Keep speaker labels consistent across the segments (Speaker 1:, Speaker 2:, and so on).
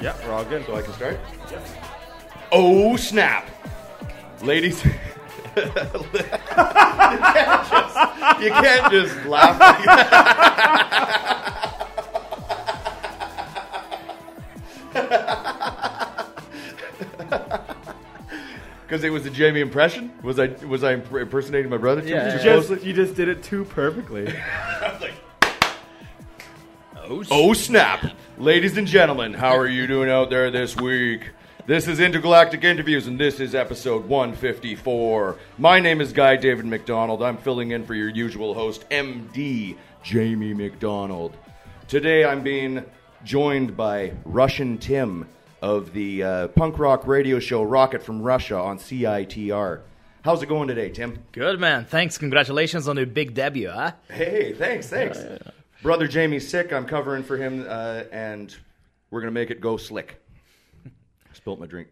Speaker 1: Yeah, we're all good. So I can start? Oh, snap. Ladies. you, can't just, you can't just laugh like that. Because it was a Jamie impression? Was I was I imp- impersonating my brother too,
Speaker 2: Yeah,
Speaker 1: too
Speaker 2: yeah.
Speaker 1: closely?
Speaker 3: Just, you just did it too perfectly.
Speaker 2: Oh,
Speaker 1: Oh snap! Ladies and gentlemen, how are you doing out there this week? This is Intergalactic Interviews, and this is episode 154. My name is Guy David McDonald. I'm filling in for your usual host, MD Jamie McDonald. Today I'm being joined by Russian Tim of the uh, punk rock radio show Rocket from Russia on CITR. How's it going today, Tim?
Speaker 2: Good man. Thanks. Congratulations on your big debut, huh?
Speaker 1: Hey, thanks, thanks. Brother Jamie's sick. I'm covering for him, uh, and we're gonna make it go slick. Spilt my drink.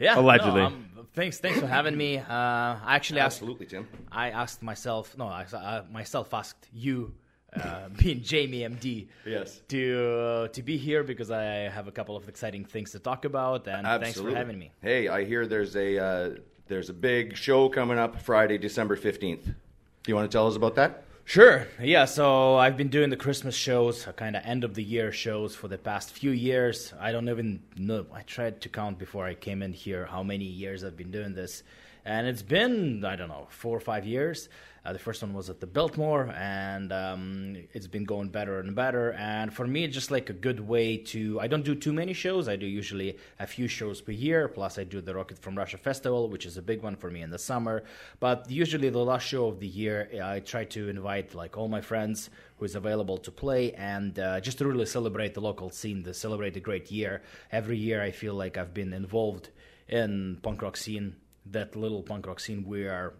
Speaker 2: Yeah. no,
Speaker 3: Allegedly.
Speaker 2: um, thanks. Thanks for having me. Uh, I actually asked.
Speaker 1: Absolutely, Tim.
Speaker 2: I asked myself. No, I uh, myself asked you, uh, being Jamie MD,
Speaker 1: Yes.
Speaker 2: to to be here because I have a couple of exciting things to talk about. And thanks for having me.
Speaker 1: Hey, I hear there's a uh, there's a big show coming up Friday, December fifteenth. Do you want to tell us about that?
Speaker 2: Sure. Yeah. So I've been doing the Christmas shows, kind of end of the year shows for the past few years. I don't even know. I tried to count before I came in here how many years I've been doing this. And it's been, I don't know, four or five years. Uh, the first one was at the Biltmore, and um, it's been going better and better. And for me, it's just like a good way to. I don't do too many shows. I do usually a few shows per year. Plus, I do the Rocket from Russia Festival, which is a big one for me in the summer. But usually, the last show of the year, I try to invite like all my friends who is available to play and uh, just to really celebrate the local scene, to celebrate a great year. Every year, I feel like I've been involved in punk rock scene, that little punk rock scene we are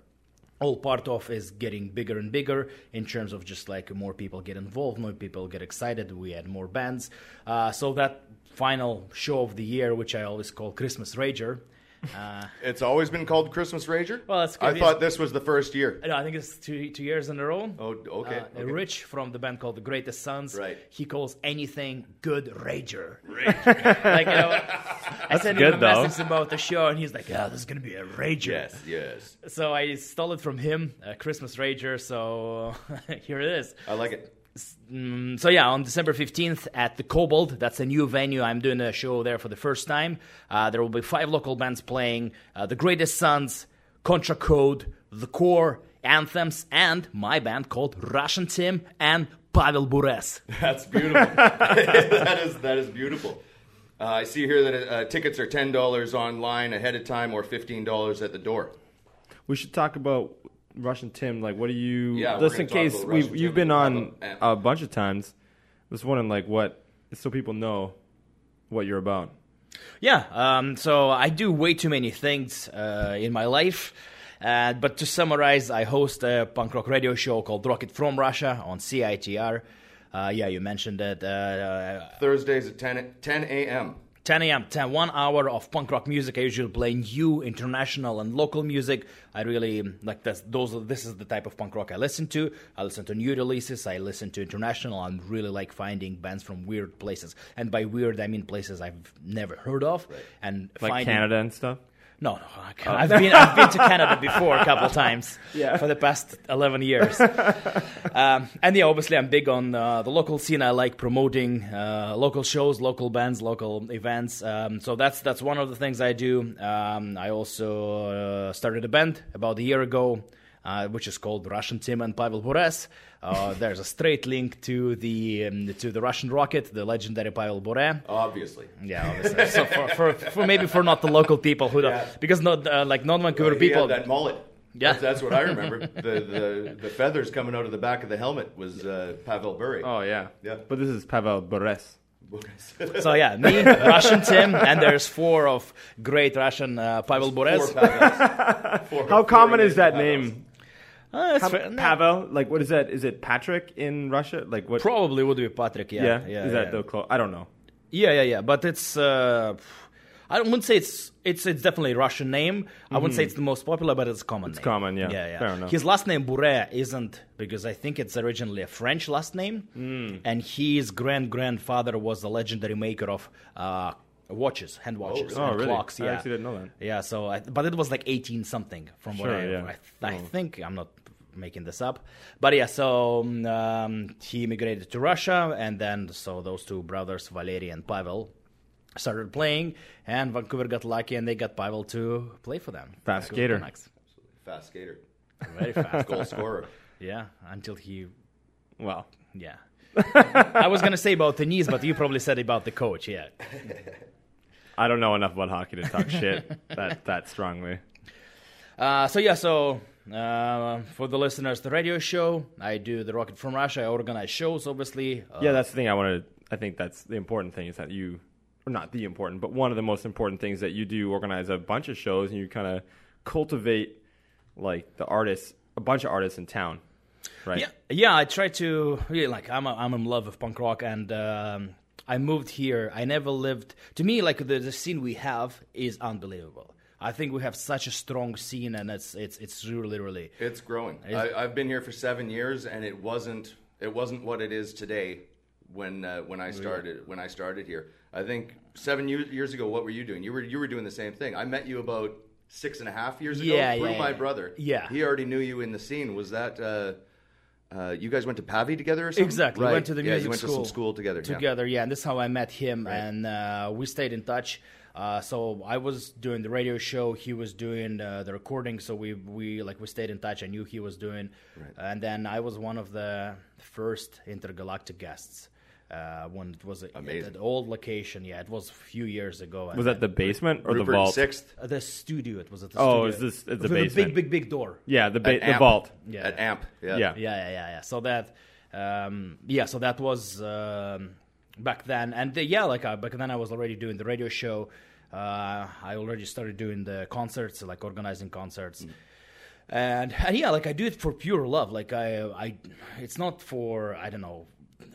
Speaker 2: all part of is getting bigger and bigger in terms of just like more people get involved, more people get excited. We add more bands, uh, so that final show of the year, which I always call Christmas Rager. Uh,
Speaker 1: It's always been called Christmas Rager.
Speaker 2: Well, it's
Speaker 1: I
Speaker 2: good.
Speaker 1: thought this was the first year.
Speaker 2: no, I think it's two two years in a row.
Speaker 1: Oh, okay,
Speaker 2: Uh,
Speaker 1: okay.
Speaker 2: Rich from the band called The Greatest Sons.
Speaker 1: Right.
Speaker 2: He calls anything good Rager. like you know, I sent him
Speaker 3: good,
Speaker 2: a
Speaker 3: though.
Speaker 2: message about the show, and he's like, "Yeah, this is gonna be a Rager."
Speaker 1: Yes, yes.
Speaker 2: So I stole it from him, uh, Christmas Rager. So here it is.
Speaker 1: I like it.
Speaker 2: Mm, so yeah, on December fifteenth at the Cobalt. That's a new venue. I'm doing a show there for the first time. Uh, there will be five local bands playing: uh, The Greatest Sons, Contra Code, The Core, Anthems, and my band called Russian Tim and Pavel Bures.
Speaker 1: That's beautiful. that is that is beautiful. Uh, I see here that uh, tickets are ten dollars online ahead of time or fifteen dollars at the door.
Speaker 3: we should talk about Russian Tim. Like, what do you?
Speaker 1: Yeah, we're
Speaker 3: just
Speaker 1: gonna
Speaker 3: in
Speaker 1: talk
Speaker 3: case
Speaker 1: about
Speaker 3: we
Speaker 1: Russian
Speaker 3: you've
Speaker 1: Tim
Speaker 3: been
Speaker 1: and
Speaker 3: on
Speaker 1: Pablo-
Speaker 3: a bunch of times. This one and like what, so people know what you're about.
Speaker 2: Yeah, um, so I do way too many things uh, in my life. Uh, but to summarize, I host a punk rock radio show called Rocket from Russia on CITR. Uh, yeah, you mentioned it. Uh,
Speaker 1: Thursdays at 10, 10 a.m.
Speaker 2: 10 a.m. 10, one hour of punk rock music. I usually play new international and local music. I really mm, like this. Those are, this is the type of punk rock I listen to. I listen to new releases. I listen to international. I really like finding bands from weird places, and by weird I mean places I've never heard of. And
Speaker 3: Like
Speaker 2: finding,
Speaker 3: Canada and stuff.
Speaker 2: no, no, I can't. I've been I've been to Canada before a couple times
Speaker 3: Yeah.
Speaker 2: for the past eleven years. um, and yeah, obviously I'm big on uh, the local scene. I like promoting uh, local shows, local bands, local events. Um, so that's that's one of the things I do. Um, I also uh, started a band about a year ago. Uh, which is called Russian Tim and Pavel Bures. Uh, there's a straight link to the um, to the Russian rocket, the legendary Pavel Bure.
Speaker 1: Obviously,
Speaker 2: Yeah, obviously. so for, for, for maybe for not the local people who don't
Speaker 1: Yeah.
Speaker 2: because not uh, like non Vancouver
Speaker 1: He
Speaker 2: people.
Speaker 1: had that mullet.
Speaker 2: Yeah.
Speaker 1: that's, that's what I remember. the, the the feathers coming out of the back of the helmet was uh, Pavel Bury.
Speaker 3: Oh yeah,
Speaker 1: Yeah.
Speaker 3: But this is Pavel Bores.
Speaker 2: So yeah, me, Russian Tim, and there's four of great Russian uh, Pavel Bores.
Speaker 3: How common is that name?
Speaker 2: Uh, it's
Speaker 3: Pa-
Speaker 2: fair- no,
Speaker 3: Pavel, like what is that? Is it Patrick in Russia? Like what?
Speaker 2: Probably would be Patrick. Yeah,
Speaker 3: yeah,
Speaker 2: yeah,
Speaker 3: is
Speaker 2: yeah.
Speaker 3: that the close? I don't know.
Speaker 2: yeah, yeah, yeah. But it's. Uh, I wouldn't say it's it's it's definitely a Russian name. I wouldn't say it's the most popular, but it's common. It's
Speaker 3: Hmm. common, yeah.
Speaker 2: yeah, yeah.
Speaker 3: Fair enough.
Speaker 2: His last name Bure isn't because I think it's originally a French last name,
Speaker 3: Hmm.
Speaker 2: and his grand grandfather was the legendary maker of uh, watches, hand watches,
Speaker 3: Oh,
Speaker 2: and
Speaker 3: really?
Speaker 2: clocks.
Speaker 3: I
Speaker 2: Yeah,
Speaker 3: actually didn't know that.
Speaker 2: Yeah, so I, but it was like eighteen something from what
Speaker 3: Sure,
Speaker 2: I,
Speaker 3: yeah.
Speaker 2: I, I think I'm not making this up. But yeah, so um, he immigrated to Russia, and then so those two brothers, Valery and Pavel, started playing, and Vancouver got lucky, and they got Pavel to play for them. Vancouver
Speaker 3: Fast skater.
Speaker 2: Canucks.
Speaker 1: Fast skater,
Speaker 2: very fast.
Speaker 1: goal scorer.
Speaker 2: yeah, until he,
Speaker 3: Wow.
Speaker 2: yeah. I was gonna say about the knees, but you probably said about the coach. Yeah,
Speaker 3: I don't know enough about hockey to talk shit that that strongly.
Speaker 2: Uh, so yeah, so uh, for the listeners, the radio show I do the Rocket from Russia. I organize shows, obviously. Uh,
Speaker 3: yeah, that's the thing I want to. I think that's the important thing is that you, or not the important, but one of the most important things that you do organize a bunch of shows and you kind of cultivate like the artists, a bunch of artists in town, right?
Speaker 2: yeah, yeah. I try to really like I'm a, I'm in love with punk rock, and um, I moved here. I never lived. To me, like the, the scene we have is unbelievable. I think we have such a strong scene, and it's it's it's really really
Speaker 1: It's growing. I, I've been here for seven years, and it wasn't it wasn't what it is today when uh, when I started when I started here. I think seven years, years ago, what were you doing? You were you were doing the same thing. I met you about six and a half years ago
Speaker 2: Yeah,
Speaker 1: through
Speaker 2: yeah,
Speaker 1: my
Speaker 2: yeah.
Speaker 1: brother.
Speaker 2: Yeah.
Speaker 1: he already knew you in the scene. Was that? Uh, uh, you guys went to Pavi together or something?
Speaker 2: Exactly.
Speaker 1: Right.
Speaker 2: We went to the
Speaker 1: yeah,
Speaker 2: music
Speaker 1: you went
Speaker 2: school.
Speaker 1: to some school together. yeah.
Speaker 2: Together, yeah. And this is how I met him, and uh, we stayed in touch. Uh, so I was doing the radio show, he was doing uh, the recording. So we we like we stayed in touch. I knew he was doing, and then I was one of the first intergalactic guests. Uh, when it was at
Speaker 1: Amazing.
Speaker 2: an old location, yeah, it was a few years ago. and
Speaker 3: Was that the basement or the
Speaker 1: Rupert
Speaker 3: vault?
Speaker 1: Sixth
Speaker 2: uh, the studio? It was at the
Speaker 3: Oh,
Speaker 2: studio.
Speaker 3: is this- it's the
Speaker 2: With big,
Speaker 3: basement.
Speaker 2: big, big door.
Speaker 3: Yeah, the ba-
Speaker 1: at
Speaker 3: the
Speaker 1: Amp.
Speaker 3: vault.
Speaker 2: Yeah.
Speaker 1: at Amp. Yeah,
Speaker 3: Yeah.
Speaker 2: yeah yeah yeah yeah so that um yeah so that was um back then and uh, yeah like I, back then i was already doing the radio show uh i already started doing the concerts like organizing concerts and and yeah like i do it for pure love like i i it's not for i don't know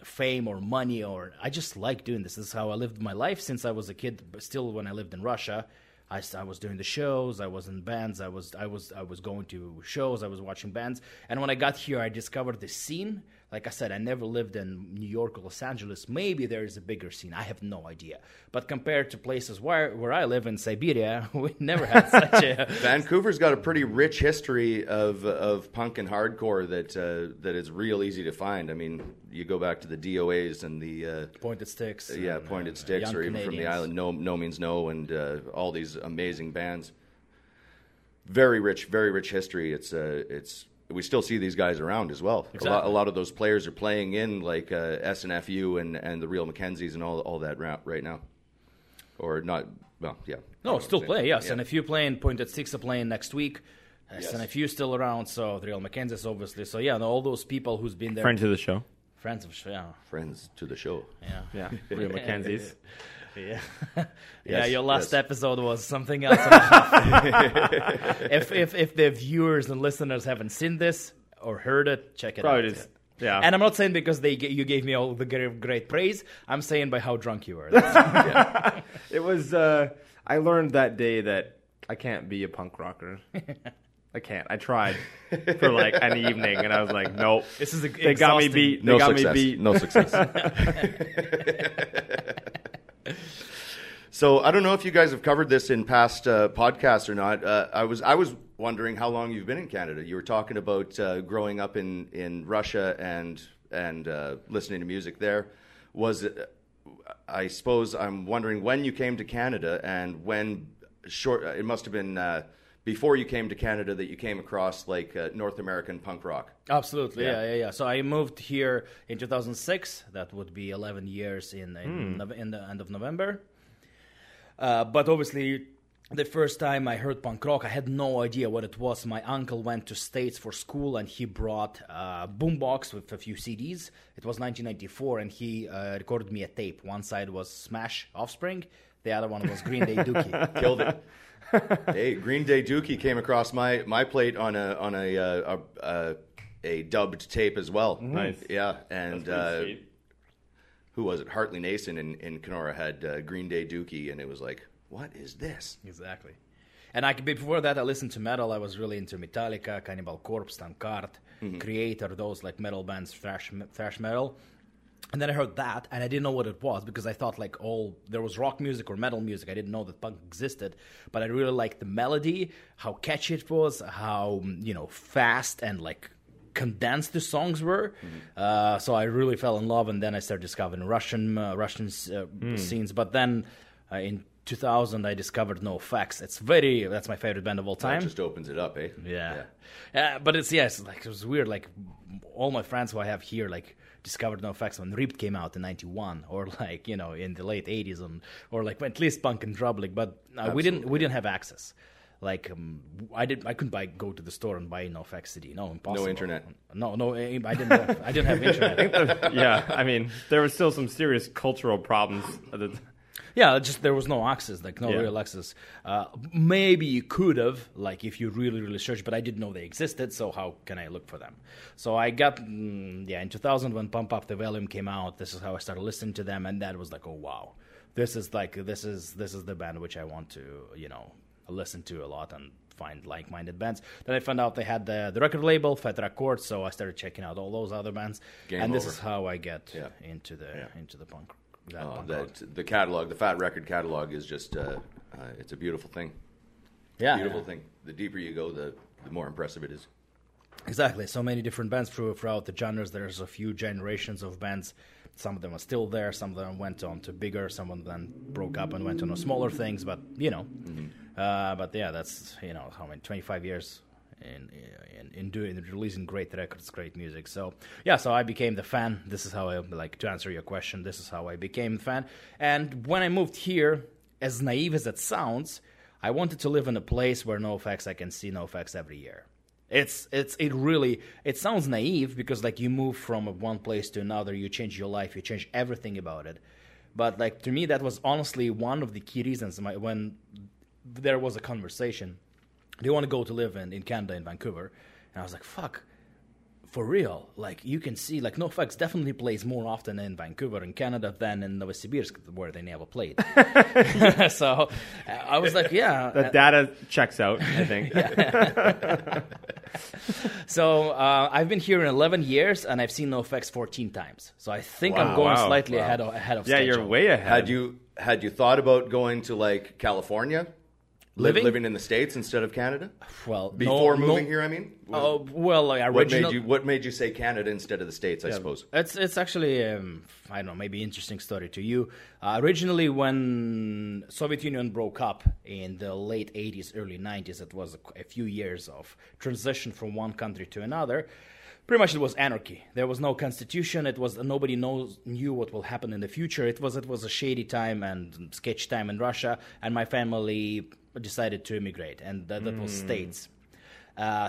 Speaker 2: fame or money or i just like doing this this is how i lived my life since i was a kid but still when i lived in russia I, s- I was doing the shows i was in bands i was i was i was going to shows i was watching bands and when i got here i discovered the scene like i said i never lived in new york or los angeles maybe there is a bigger scene i have no idea but compared to places where where i live in siberia we never had such a
Speaker 1: Vancouver's got a pretty rich history of of punk and hardcore that uh, that is real easy to find. I mean, you go back to the DOAs and the uh,
Speaker 2: pointed sticks
Speaker 1: yeah
Speaker 2: and,
Speaker 1: pointed
Speaker 2: uh,
Speaker 1: sticks,
Speaker 2: Young
Speaker 1: or even from the
Speaker 2: Canadians.
Speaker 1: island, no no means no, and uh, all these amazing bands. Very rich, very rich history. It's uh, it's we still see these guys around as well. A, lot, a
Speaker 2: Exactly.
Speaker 1: lot of those players are playing in like uh, SNFU and and the Real Mackenzies and all all that route right now, or not. Well, yeah.
Speaker 2: No, still play, yes.
Speaker 1: Yeah.
Speaker 2: And if you playing Pointed Six are playing next week, yes.
Speaker 1: Yes.
Speaker 2: and if you still around, so the Real McKenzie's obviously. So yeah, no, all those people who's been there,
Speaker 3: Friend to the show.
Speaker 2: friends of yeah,
Speaker 1: Friends to the show.
Speaker 2: yeah,
Speaker 3: Yeah, Rio Mackenzie's.
Speaker 2: yeah. yeah,
Speaker 1: Yes,
Speaker 2: your
Speaker 1: yes.
Speaker 2: last episode was something else. if if if the viewers and listeners haven't seen this or heard it, check it
Speaker 3: Probably
Speaker 2: out.
Speaker 3: just yeah.
Speaker 2: And I'm not saying because they g- you gave me all the gre- great praise. I'm saying by how drunk you were. That's-
Speaker 3: It was. Uh, I learned that day that I can't be a punk rocker. I can't. I tried for like an evening, and I was like, nope.
Speaker 2: This is
Speaker 3: they
Speaker 2: exhausting.
Speaker 3: got me beat. They
Speaker 1: no
Speaker 3: got
Speaker 1: success.
Speaker 3: me beat.
Speaker 1: No success. so I don't know if you guys have covered this in past uh, podcasts or not. Uh, I was I was wondering how long you've been in Canada. You were talking about uh, growing up in in Russia and and uh, listening to music there. Was it, I suppose I'm wondering when you came to Canada and when short it must have been. Uh, before you came to Canada, that you came across like uh, North American punk rock.
Speaker 2: Absolutely, yeah. yeah, yeah, So I moved here in 2006. That would be 11 years in in, Nov in the end of November. Uh, but obviously, the first time I heard punk rock, I had no idea what it was. My uncle went to states for school, and he brought a boombox with a few CDs. It was 1994, and he uh, recorded me a tape. One side was Smash Offspring, the other one was Green Day Dookie.
Speaker 1: killed it. hey, Green Day Dookie came across my my plate on a on a uh, a, a, a dubbed tape as well.
Speaker 3: Nice.
Speaker 1: yeah. And uh,
Speaker 3: Sweet.
Speaker 1: who was it? Hartley Nason in in Kenora had uh, Green Day Dookie, and it was like, what is this?
Speaker 2: Exactly. And I before that, I listened to metal. I was really into Metallica, Cannibal Corpse, Tankard, Creator, those like metal bands, thrash thrash metal. And then I heard that, and I didn't know what it was because I thought like all there was rock music or metal music. I didn't know that punk existed, but I really liked the melody, how catchy it was, how you know fast and like condensed the songs were. Uh, so I really fell in love, and then I started discovering Russian uh, Russian uh, scenes. But then uh, in 2000, I discovered No Facts. It's very that's my favorite band of all
Speaker 1: That
Speaker 2: time.
Speaker 1: just opens it up, eh?
Speaker 2: Yeah. Uh, but it's, yes, like, it was weird. Like, all my friends who I have here, like, discovered No Effects when Ripped came out in 91 or, like, you know, in the late 80s and, or, like, at least Punk and Drublic. But uh, we didn't, we didn't have access. Like, um, I didn't, I couldn't buy, go to the store and buy No Effects CD. No, impossible.
Speaker 1: internet.
Speaker 2: No, no, I I didn't, have, I didn't have internet.
Speaker 3: yeah, I mean, there were still some serious cultural problems. at the-
Speaker 2: Yeah, just there was no access, like no
Speaker 3: Yeah.
Speaker 2: real access. Uh, maybe you could have, like, if you really, really searched, but I didn't know they existed, so how can I look for them? So I got, mm, yeah, in 2000 when Pump Up the Volume came out, this is how I started listening to them, and that was like, oh wow, this is like this is this is the band which I want to, you know, listen to a lot and find like-minded bands. Then I found out they had the, the record label Fat Records, so I started checking out all those other bands,
Speaker 1: Game
Speaker 2: and this
Speaker 1: over.
Speaker 2: is how I get
Speaker 1: Yeah.
Speaker 2: into the into the punk. That
Speaker 1: Uh,
Speaker 2: punk rock.
Speaker 1: that the catalog, the Fat Record catalog, is just uh, uh, it's a beautiful thing.
Speaker 2: yeah,
Speaker 1: Beautiful
Speaker 2: yeah.
Speaker 1: thing. The deeper you go, the the more impressive it is.
Speaker 2: Exactly. So many different bands through- throughout the genres. There's a few generations of bands. Some of them are still there. Some of them went on to bigger. Some of them broke up and went on to smaller things. But you know, uh, but yeah, that's you know how many 25 years in in in doing releasing great records, great music. So yeah, so I became the fan. This is how I like to answer your question. This is how I became the fan. And when I moved here, as naive as it sounds, I wanted to live in a place where no effects. I can see no effects every year. It's it's it really it sounds naive because like you move from one place to another, you change your life, you change everything about it. But like to me, that was honestly one of the key reasons my, when there was a conversation. Do you want to go to live in, in Canada in Vancouver? And I was like, fuck, for real. Like you can see, like NoFX definitely plays more often in Vancouver in Canada than in Novosibirsk where they never played. so uh, I was like, yeah,
Speaker 3: The data checks out, I think.
Speaker 2: So uh, I've been here in 11 years, and I've seen NoFX 14 times. So I think I'm
Speaker 3: Wow,
Speaker 2: going
Speaker 3: wow,
Speaker 2: slightly
Speaker 3: wow.
Speaker 2: ahead of ahead of
Speaker 3: Yeah,
Speaker 2: schedule.
Speaker 3: you're way ahead.
Speaker 1: Had you had you thought about going to like California, Li-
Speaker 2: Living?
Speaker 1: living in the states instead of Canada
Speaker 2: well no-
Speaker 1: before
Speaker 2: no-
Speaker 1: moving here? I mean,
Speaker 3: Uh,
Speaker 2: Oh well, like
Speaker 1: what
Speaker 2: original.
Speaker 1: made you what made you say Canada instead of the states? I suppose.
Speaker 2: It's it's actually um, I don't know maybe interesting story to you. Uh, originally, when Soviet Union broke up in the late '80s, early '90s, it was a, a few years of transition from one country to another. Pretty much, it was anarchy. There was no constitution. It was nobody knows knew what will happen in the future. It was it was a shady time and sketch time in Russia. And my family decided to immigrate, and that, that was states. Uh,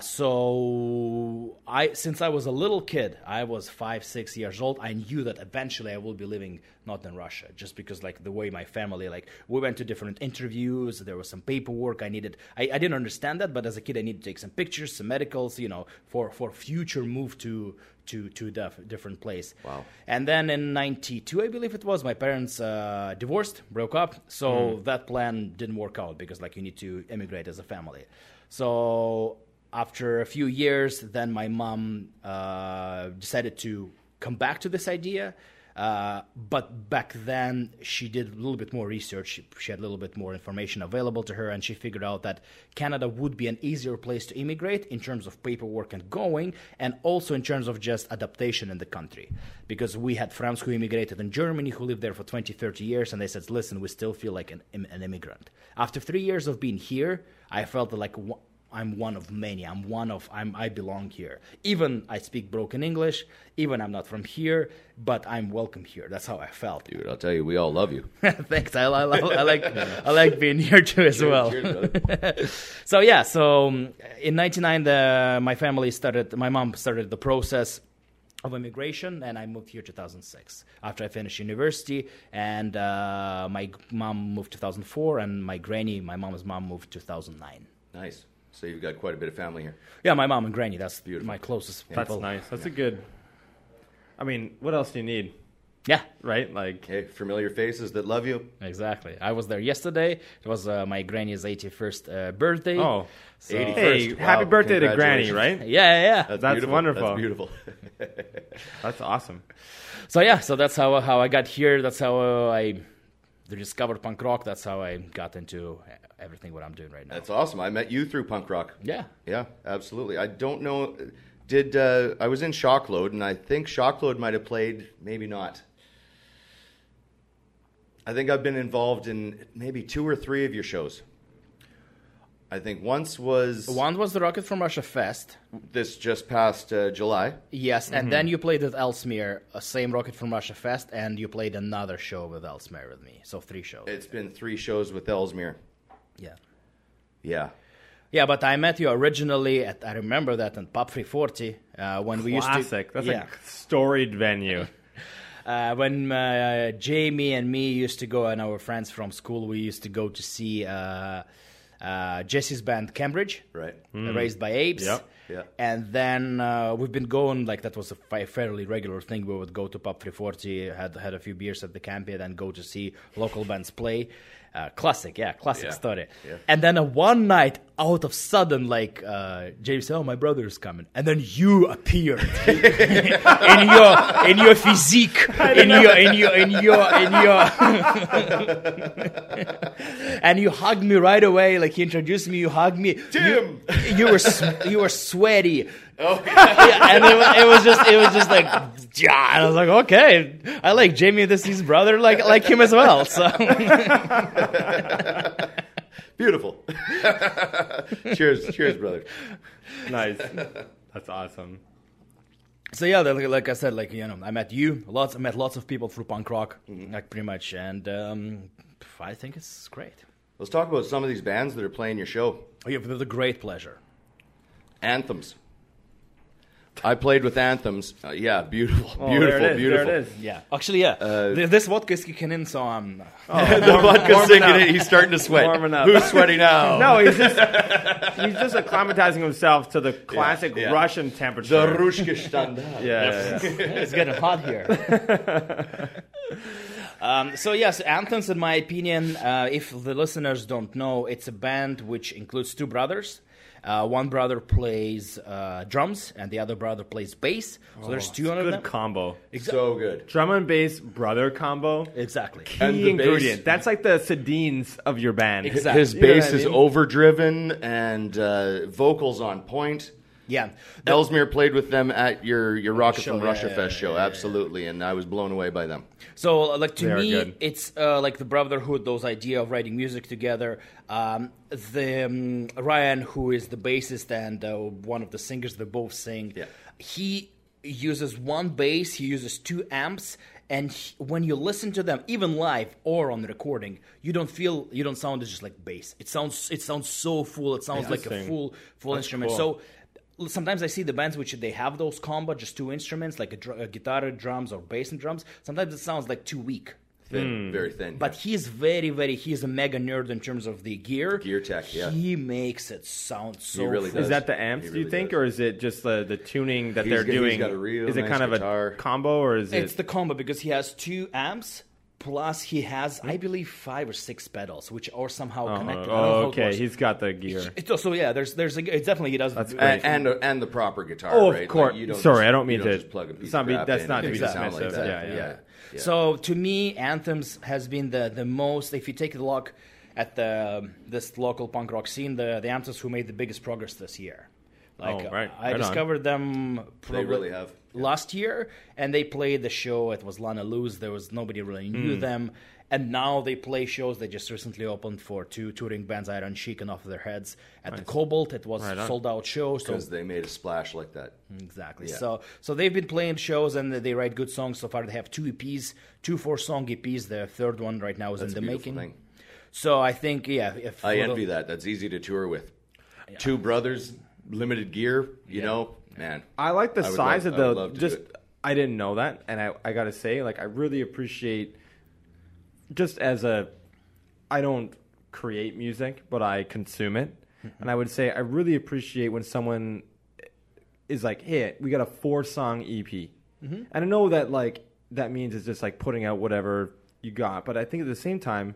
Speaker 2: so I, since I was a little kid, I was five, six years old. I knew that eventually I will be living not in Russia, just because like the way my family, like we went to different interviews. There was some paperwork I needed. I, I didn't understand that, but as a kid, I needed to take some pictures, some medicals, you know, for for future move to to to def- different place.
Speaker 1: Wow.
Speaker 2: And then in 92, I believe it was, my parents uh, divorced, broke up. So that plan didn't work out because, like, you need to immigrate as a family. So after a few years, then my mom uh, decided to come back to this idea. Uh, but back then, she did a little bit more research. She, she had a little bit more information available to her, and she figured out that Canada would be an easier place to immigrate in terms of paperwork and going, and also in terms of just adaptation in the country. Because we had friends who immigrated in Germany who lived there for 20, 30 years, and they said, listen, we still feel like an, im- an immigrant. After three years of being here, I felt like. wha- I'm one of many. I'm one of I'm I belong here. Even I speak broken English, even I'm not from here, but I'm welcome here. That's how I felt.
Speaker 1: Dude, I'll tell you, we all love you.
Speaker 2: Thanks. I, I, I like I like being here too as well.
Speaker 1: Cheers, brother.
Speaker 2: so yeah, so um, in '99, the my family started. My mom started the process of immigration, and I moved here 2006 after I finished university. And uh, my g- mom moved 2004, and my granny, my mom's mom, moved 2009.
Speaker 1: nice. So you've got quite a bit of family here.
Speaker 2: Yeah, my mom and granny. That's
Speaker 1: Beautiful.
Speaker 2: my closest
Speaker 3: That's
Speaker 2: people.
Speaker 3: nice. That's a good. I mean, what else do you need?
Speaker 2: Yeah,
Speaker 3: right? Like
Speaker 1: Hey, familiar faces that love you.
Speaker 2: exactly. I was there yesterday. It was uh, my granny's 81st uh, birthday.
Speaker 3: oh,
Speaker 2: So-
Speaker 1: 80.
Speaker 3: hey,
Speaker 1: First,
Speaker 3: happy
Speaker 1: wow,
Speaker 3: birthday to Granny,
Speaker 1: congratulations.
Speaker 2: Yeah,
Speaker 3: right?
Speaker 2: yeah, yeah.
Speaker 3: That's wonderful.
Speaker 1: That's beautiful.
Speaker 3: That's awesome.
Speaker 2: So yeah, so that's how how I got here. That's how uh, I discovered punk rock. That's how I got into everything what I'm doing right now.
Speaker 1: That's awesome. I met you through punk rock.
Speaker 2: Yeah.
Speaker 1: Yeah, absolutely. I don't know. Did uh, I was in Shockload, and I think Shockload might have played. Maybe not. I think I've been involved in maybe two or three of your shows. I think once was
Speaker 2: One was the Rocket from Russia Fest.
Speaker 1: this just past uh, July.
Speaker 2: Yes,
Speaker 3: Mm-hmm.
Speaker 2: and then you played at Elsmere, uh, same Rocket from Russia Fest, and you played another show with Elsmere with me. So three shows.
Speaker 1: It's been three shows with Ellesmere.
Speaker 2: yeah.
Speaker 1: Yeah,
Speaker 2: Yeah, but I met you originally at I remember that in Pub 340 uh, when we used to
Speaker 3: Classic. That's
Speaker 2: yeah.
Speaker 3: a storied venue.
Speaker 2: uh, when uh, Jamie and me used to go and our friends from school we used to go to see uh, uh, Jesse's band Cambridge uh,
Speaker 1: right.
Speaker 2: Raised by Apes.
Speaker 3: Yep.
Speaker 1: Yeah.
Speaker 2: And then uh, we've been going like that was a fi- fairly regular thing. We would go to Pub 340, had had a few beers at the camp, and then go to see local bands play. Uh, classic, yeah, classic
Speaker 1: Yeah.
Speaker 2: story.
Speaker 1: Yeah.
Speaker 2: And then uh, one night, out of sudden, like uh, James, said, oh my brother is coming, and then you appeared in your in your physique, in your in your in your in your and you hugged me right away. Like you introduced me, you hugged me.
Speaker 1: Tim!
Speaker 2: you, you were s- you were sweaty. Oh, yeah, and it, wa- it was just it was just like yeah. And I was like, okay, I like Jamie. This is his brother. Like like him as well. So
Speaker 1: Beautiful. cheers, cheers, brother.
Speaker 3: nice. That's awesome.
Speaker 2: so yeah, like, like I said, like you know, I met you lots. I met lots of people through punk rock, like pretty much, and um, I think it's great.
Speaker 1: Let's talk about some of these bands that are playing your show.
Speaker 2: Oh, yeah, with a great pleasure.
Speaker 1: Anthems. I played with anthems. Uh, yeah, beautiful,
Speaker 3: Oh, there
Speaker 1: beautiful,
Speaker 3: it is,
Speaker 1: beautiful.
Speaker 3: There it is.
Speaker 2: Yeah, actually, yeah. Th- this vodka is kicking in, so um, I'm.
Speaker 3: Oh,
Speaker 1: the vodka's sinking in. He's starting to sweat.
Speaker 3: Warming up.
Speaker 1: Who's sweaty now?
Speaker 3: No, he's just he's just acclimatizing himself to the classic
Speaker 1: yeah.
Speaker 3: Russian temperature.
Speaker 1: The Rushkestanda.
Speaker 3: yeah, yeah, yeah.
Speaker 2: It's getting hot here. um, so yes, Anthems, in my opinion, uh, if the listeners don't know, it's a band which includes two brothers. Uh, one brother plays uh, drums, and the other brother plays bass. So there's two of them.
Speaker 3: good combo.
Speaker 1: So good.
Speaker 3: Drum and bass brother combo.
Speaker 2: exactly.
Speaker 3: Key
Speaker 1: And the
Speaker 3: ingredient.
Speaker 1: bass.
Speaker 3: That's like the sedines of your band.
Speaker 2: Exactly.
Speaker 1: His
Speaker 3: You know what
Speaker 1: bass
Speaker 3: I
Speaker 1: is
Speaker 3: mean?
Speaker 1: overdriven and uh, vocals on point.
Speaker 2: Yeah.
Speaker 1: Elsmere played with them at your, your Rocket
Speaker 2: show,
Speaker 1: from
Speaker 2: yeah,
Speaker 1: Russia
Speaker 2: yeah,
Speaker 1: Fest
Speaker 2: yeah,
Speaker 1: show, absolutely, and I was blown away by them.
Speaker 2: So, uh, like to
Speaker 3: They are
Speaker 2: me,
Speaker 3: good.
Speaker 2: it's uh, like the brotherhood, those idea of writing music together. Um, the um, Ryan, who is the bassist and uh, one of the singers, they both sing.
Speaker 1: Yeah.
Speaker 2: He uses one bass. He uses two amps, and he- when you listen to them, even live or on the recording, you don't feel you don't sound it's just like bass. It sounds it sounds so full. It sounds like a
Speaker 3: Interesting.
Speaker 2: full full instrument.
Speaker 3: cool.
Speaker 2: So l- sometimes I see the bands which they have those combo, just two instruments, like a, dr- a guitar, drums, or bass and drums. Sometimes it sounds like too weak.
Speaker 1: Thin, Hmm. very thin.
Speaker 2: But he's very, very, he's a mega nerd in terms of the gear.
Speaker 1: Gear tech, yeah.
Speaker 2: He makes it sound so
Speaker 1: really
Speaker 2: full.
Speaker 1: does.
Speaker 3: Is that the amps?
Speaker 1: He
Speaker 3: do you
Speaker 1: really
Speaker 3: think,
Speaker 1: does.
Speaker 3: or is it just the the tuning that
Speaker 1: He's
Speaker 3: they're
Speaker 1: got- he's
Speaker 3: doing?
Speaker 1: got a real
Speaker 3: is it
Speaker 1: nice
Speaker 3: kind of
Speaker 1: guitar.
Speaker 3: a combo, or is
Speaker 2: It's
Speaker 3: it?
Speaker 2: the combo because he has two amps. Plus, he has, I believe, five or six pedals, which are somehow
Speaker 3: Oh,
Speaker 2: connected. I don't know
Speaker 3: oh,
Speaker 2: how it
Speaker 3: okay,
Speaker 2: works.
Speaker 3: he's got the gear.
Speaker 2: It's also yeah. There's there's a, it's definitely he does.
Speaker 3: That's great.
Speaker 1: and, and and the proper guitar.
Speaker 3: uh, Oh, of
Speaker 1: right?
Speaker 3: course.
Speaker 1: you don't
Speaker 3: Sorry,
Speaker 1: just-
Speaker 3: I don't mean
Speaker 1: you don't
Speaker 3: to-
Speaker 1: Just plug a piece
Speaker 3: it's not
Speaker 1: of
Speaker 3: be-
Speaker 1: crap
Speaker 3: that's
Speaker 1: in
Speaker 3: not
Speaker 1: and
Speaker 3: to be
Speaker 1: make it sound
Speaker 3: dismissive.
Speaker 1: that.
Speaker 3: Yeah, yeah.
Speaker 1: yeah.
Speaker 2: So to me, anthems has been the the most. If you take a look at the um, this local punk rock scene, the the anthems who made the biggest progress this year. Like
Speaker 3: Oh, right.
Speaker 2: I
Speaker 3: Right on.
Speaker 2: discovered them. probably
Speaker 1: really have.
Speaker 2: last year, and they played the show. It was Lana Luz. There was nobody really
Speaker 3: Hmm.
Speaker 2: knew them, and now they play shows. They just recently opened for two touring bands, Iron Chic and Off Their Heads, at the Cobalt. It was
Speaker 3: Right on.
Speaker 2: sold out show. So
Speaker 1: Because they made a splash like that.
Speaker 3: Mm,
Speaker 2: Exactly.
Speaker 1: Yeah.
Speaker 2: So so they've been playing shows and they write good songs so far. They have two EPs, two four song EPs. The third one right now is
Speaker 1: That's
Speaker 2: in
Speaker 1: a
Speaker 2: the
Speaker 1: beautiful
Speaker 2: making.
Speaker 1: thing.
Speaker 2: So I think yeah, if
Speaker 1: I
Speaker 2: little-
Speaker 1: envy that. That's easy to tour with. Two brothers, limited gear. You know, man.
Speaker 3: I like the
Speaker 1: I would
Speaker 3: size
Speaker 1: love- I would
Speaker 3: of
Speaker 1: love
Speaker 3: the
Speaker 1: to
Speaker 3: just
Speaker 1: do it.
Speaker 3: I didn't know that and I, I gotta say, like I really appreciate just as a I don't create music, but I consume it.
Speaker 1: Mm-hmm.
Speaker 3: and I would say I really appreciate when
Speaker 1: Mm-hmm.
Speaker 3: someone is like, Hey, we got a four song EP. E And I know that like that means is just like putting out whatever you got. But I think at the same time,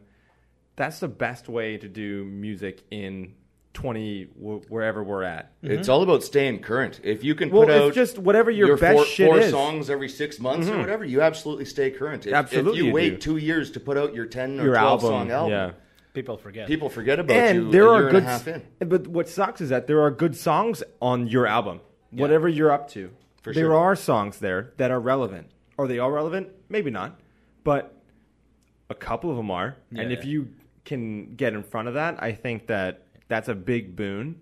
Speaker 3: that's the best way to do music in 20 wh- wherever we're at.
Speaker 1: It's all about staying current. If you can
Speaker 3: Mm-hmm. Well,
Speaker 1: put out
Speaker 3: it's just whatever your, best
Speaker 1: four,
Speaker 3: shit
Speaker 1: four
Speaker 3: is. Mm-hmm.
Speaker 1: songs every six months or whatever, you absolutely stay current. If,
Speaker 3: Absolutely
Speaker 1: if you
Speaker 3: you
Speaker 1: wait
Speaker 3: do.
Speaker 1: two years to put out your ten or
Speaker 3: your
Speaker 1: twelve
Speaker 3: album,
Speaker 1: song album,
Speaker 3: yeah.
Speaker 2: People forget.
Speaker 1: people forget about you.
Speaker 3: And
Speaker 1: a
Speaker 3: there
Speaker 1: year
Speaker 3: are
Speaker 1: and a
Speaker 3: good.
Speaker 1: half in.
Speaker 3: But what sucks is that there are good songs on your album, whatever you're up to.
Speaker 1: For
Speaker 3: there
Speaker 1: sure.
Speaker 3: are songs there that are relevant. Are they all relevant? Maybe not, but a couple of them are. and if
Speaker 2: yeah.
Speaker 3: you can get in front of that, I think that that's a big boon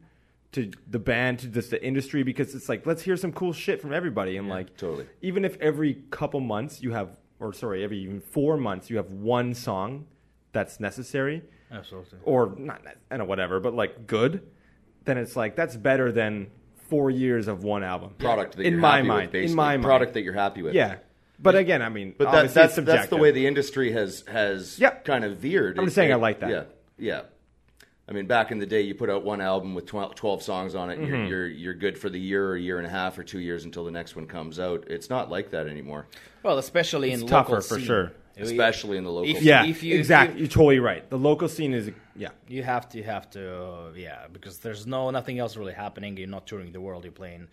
Speaker 3: to the band, to just the industry, because it's like let's hear some cool shit from everybody. And like,
Speaker 1: totally.
Speaker 3: even if every couple months you have, or sorry, every even four months you have one song that's necessary
Speaker 2: Absolutely.
Speaker 3: or not, I know, whatever, but like good, then it's like that's better than four years of one album.
Speaker 1: Product that
Speaker 3: in
Speaker 1: you're
Speaker 3: my
Speaker 1: happy
Speaker 3: mind,
Speaker 1: with, basically.
Speaker 3: in my
Speaker 1: product
Speaker 3: mind,
Speaker 1: that you're happy with.
Speaker 3: yeah. But again, I mean,
Speaker 1: but that,
Speaker 3: obviously
Speaker 1: Um, that's
Speaker 3: it's
Speaker 1: that's the way
Speaker 3: subjective.
Speaker 1: the industry has has
Speaker 3: Yep.
Speaker 1: kind of veered.
Speaker 3: I'm
Speaker 1: It-
Speaker 3: just saying
Speaker 1: it-
Speaker 3: I like that.
Speaker 1: Yeah, yeah. I mean, back in the day, you put out one album with 12, 12 songs on it. And
Speaker 3: Mm-hmm.
Speaker 1: you're, you're you're good for the year or year and a half or two years until the next one comes out. It's not like that anymore,
Speaker 2: Well, especially in
Speaker 3: It's
Speaker 2: local
Speaker 3: tougher, for
Speaker 2: scene.
Speaker 3: sure.
Speaker 2: We-
Speaker 1: especially in the local.
Speaker 2: If-
Speaker 3: yeah,
Speaker 2: you- if
Speaker 3: exactly.
Speaker 2: you-
Speaker 3: you're totally right. The local scene is yeah.
Speaker 2: You have to, you have to, uh, yeah, because there's no nothing else really happening. You're not touring the world. You're playing,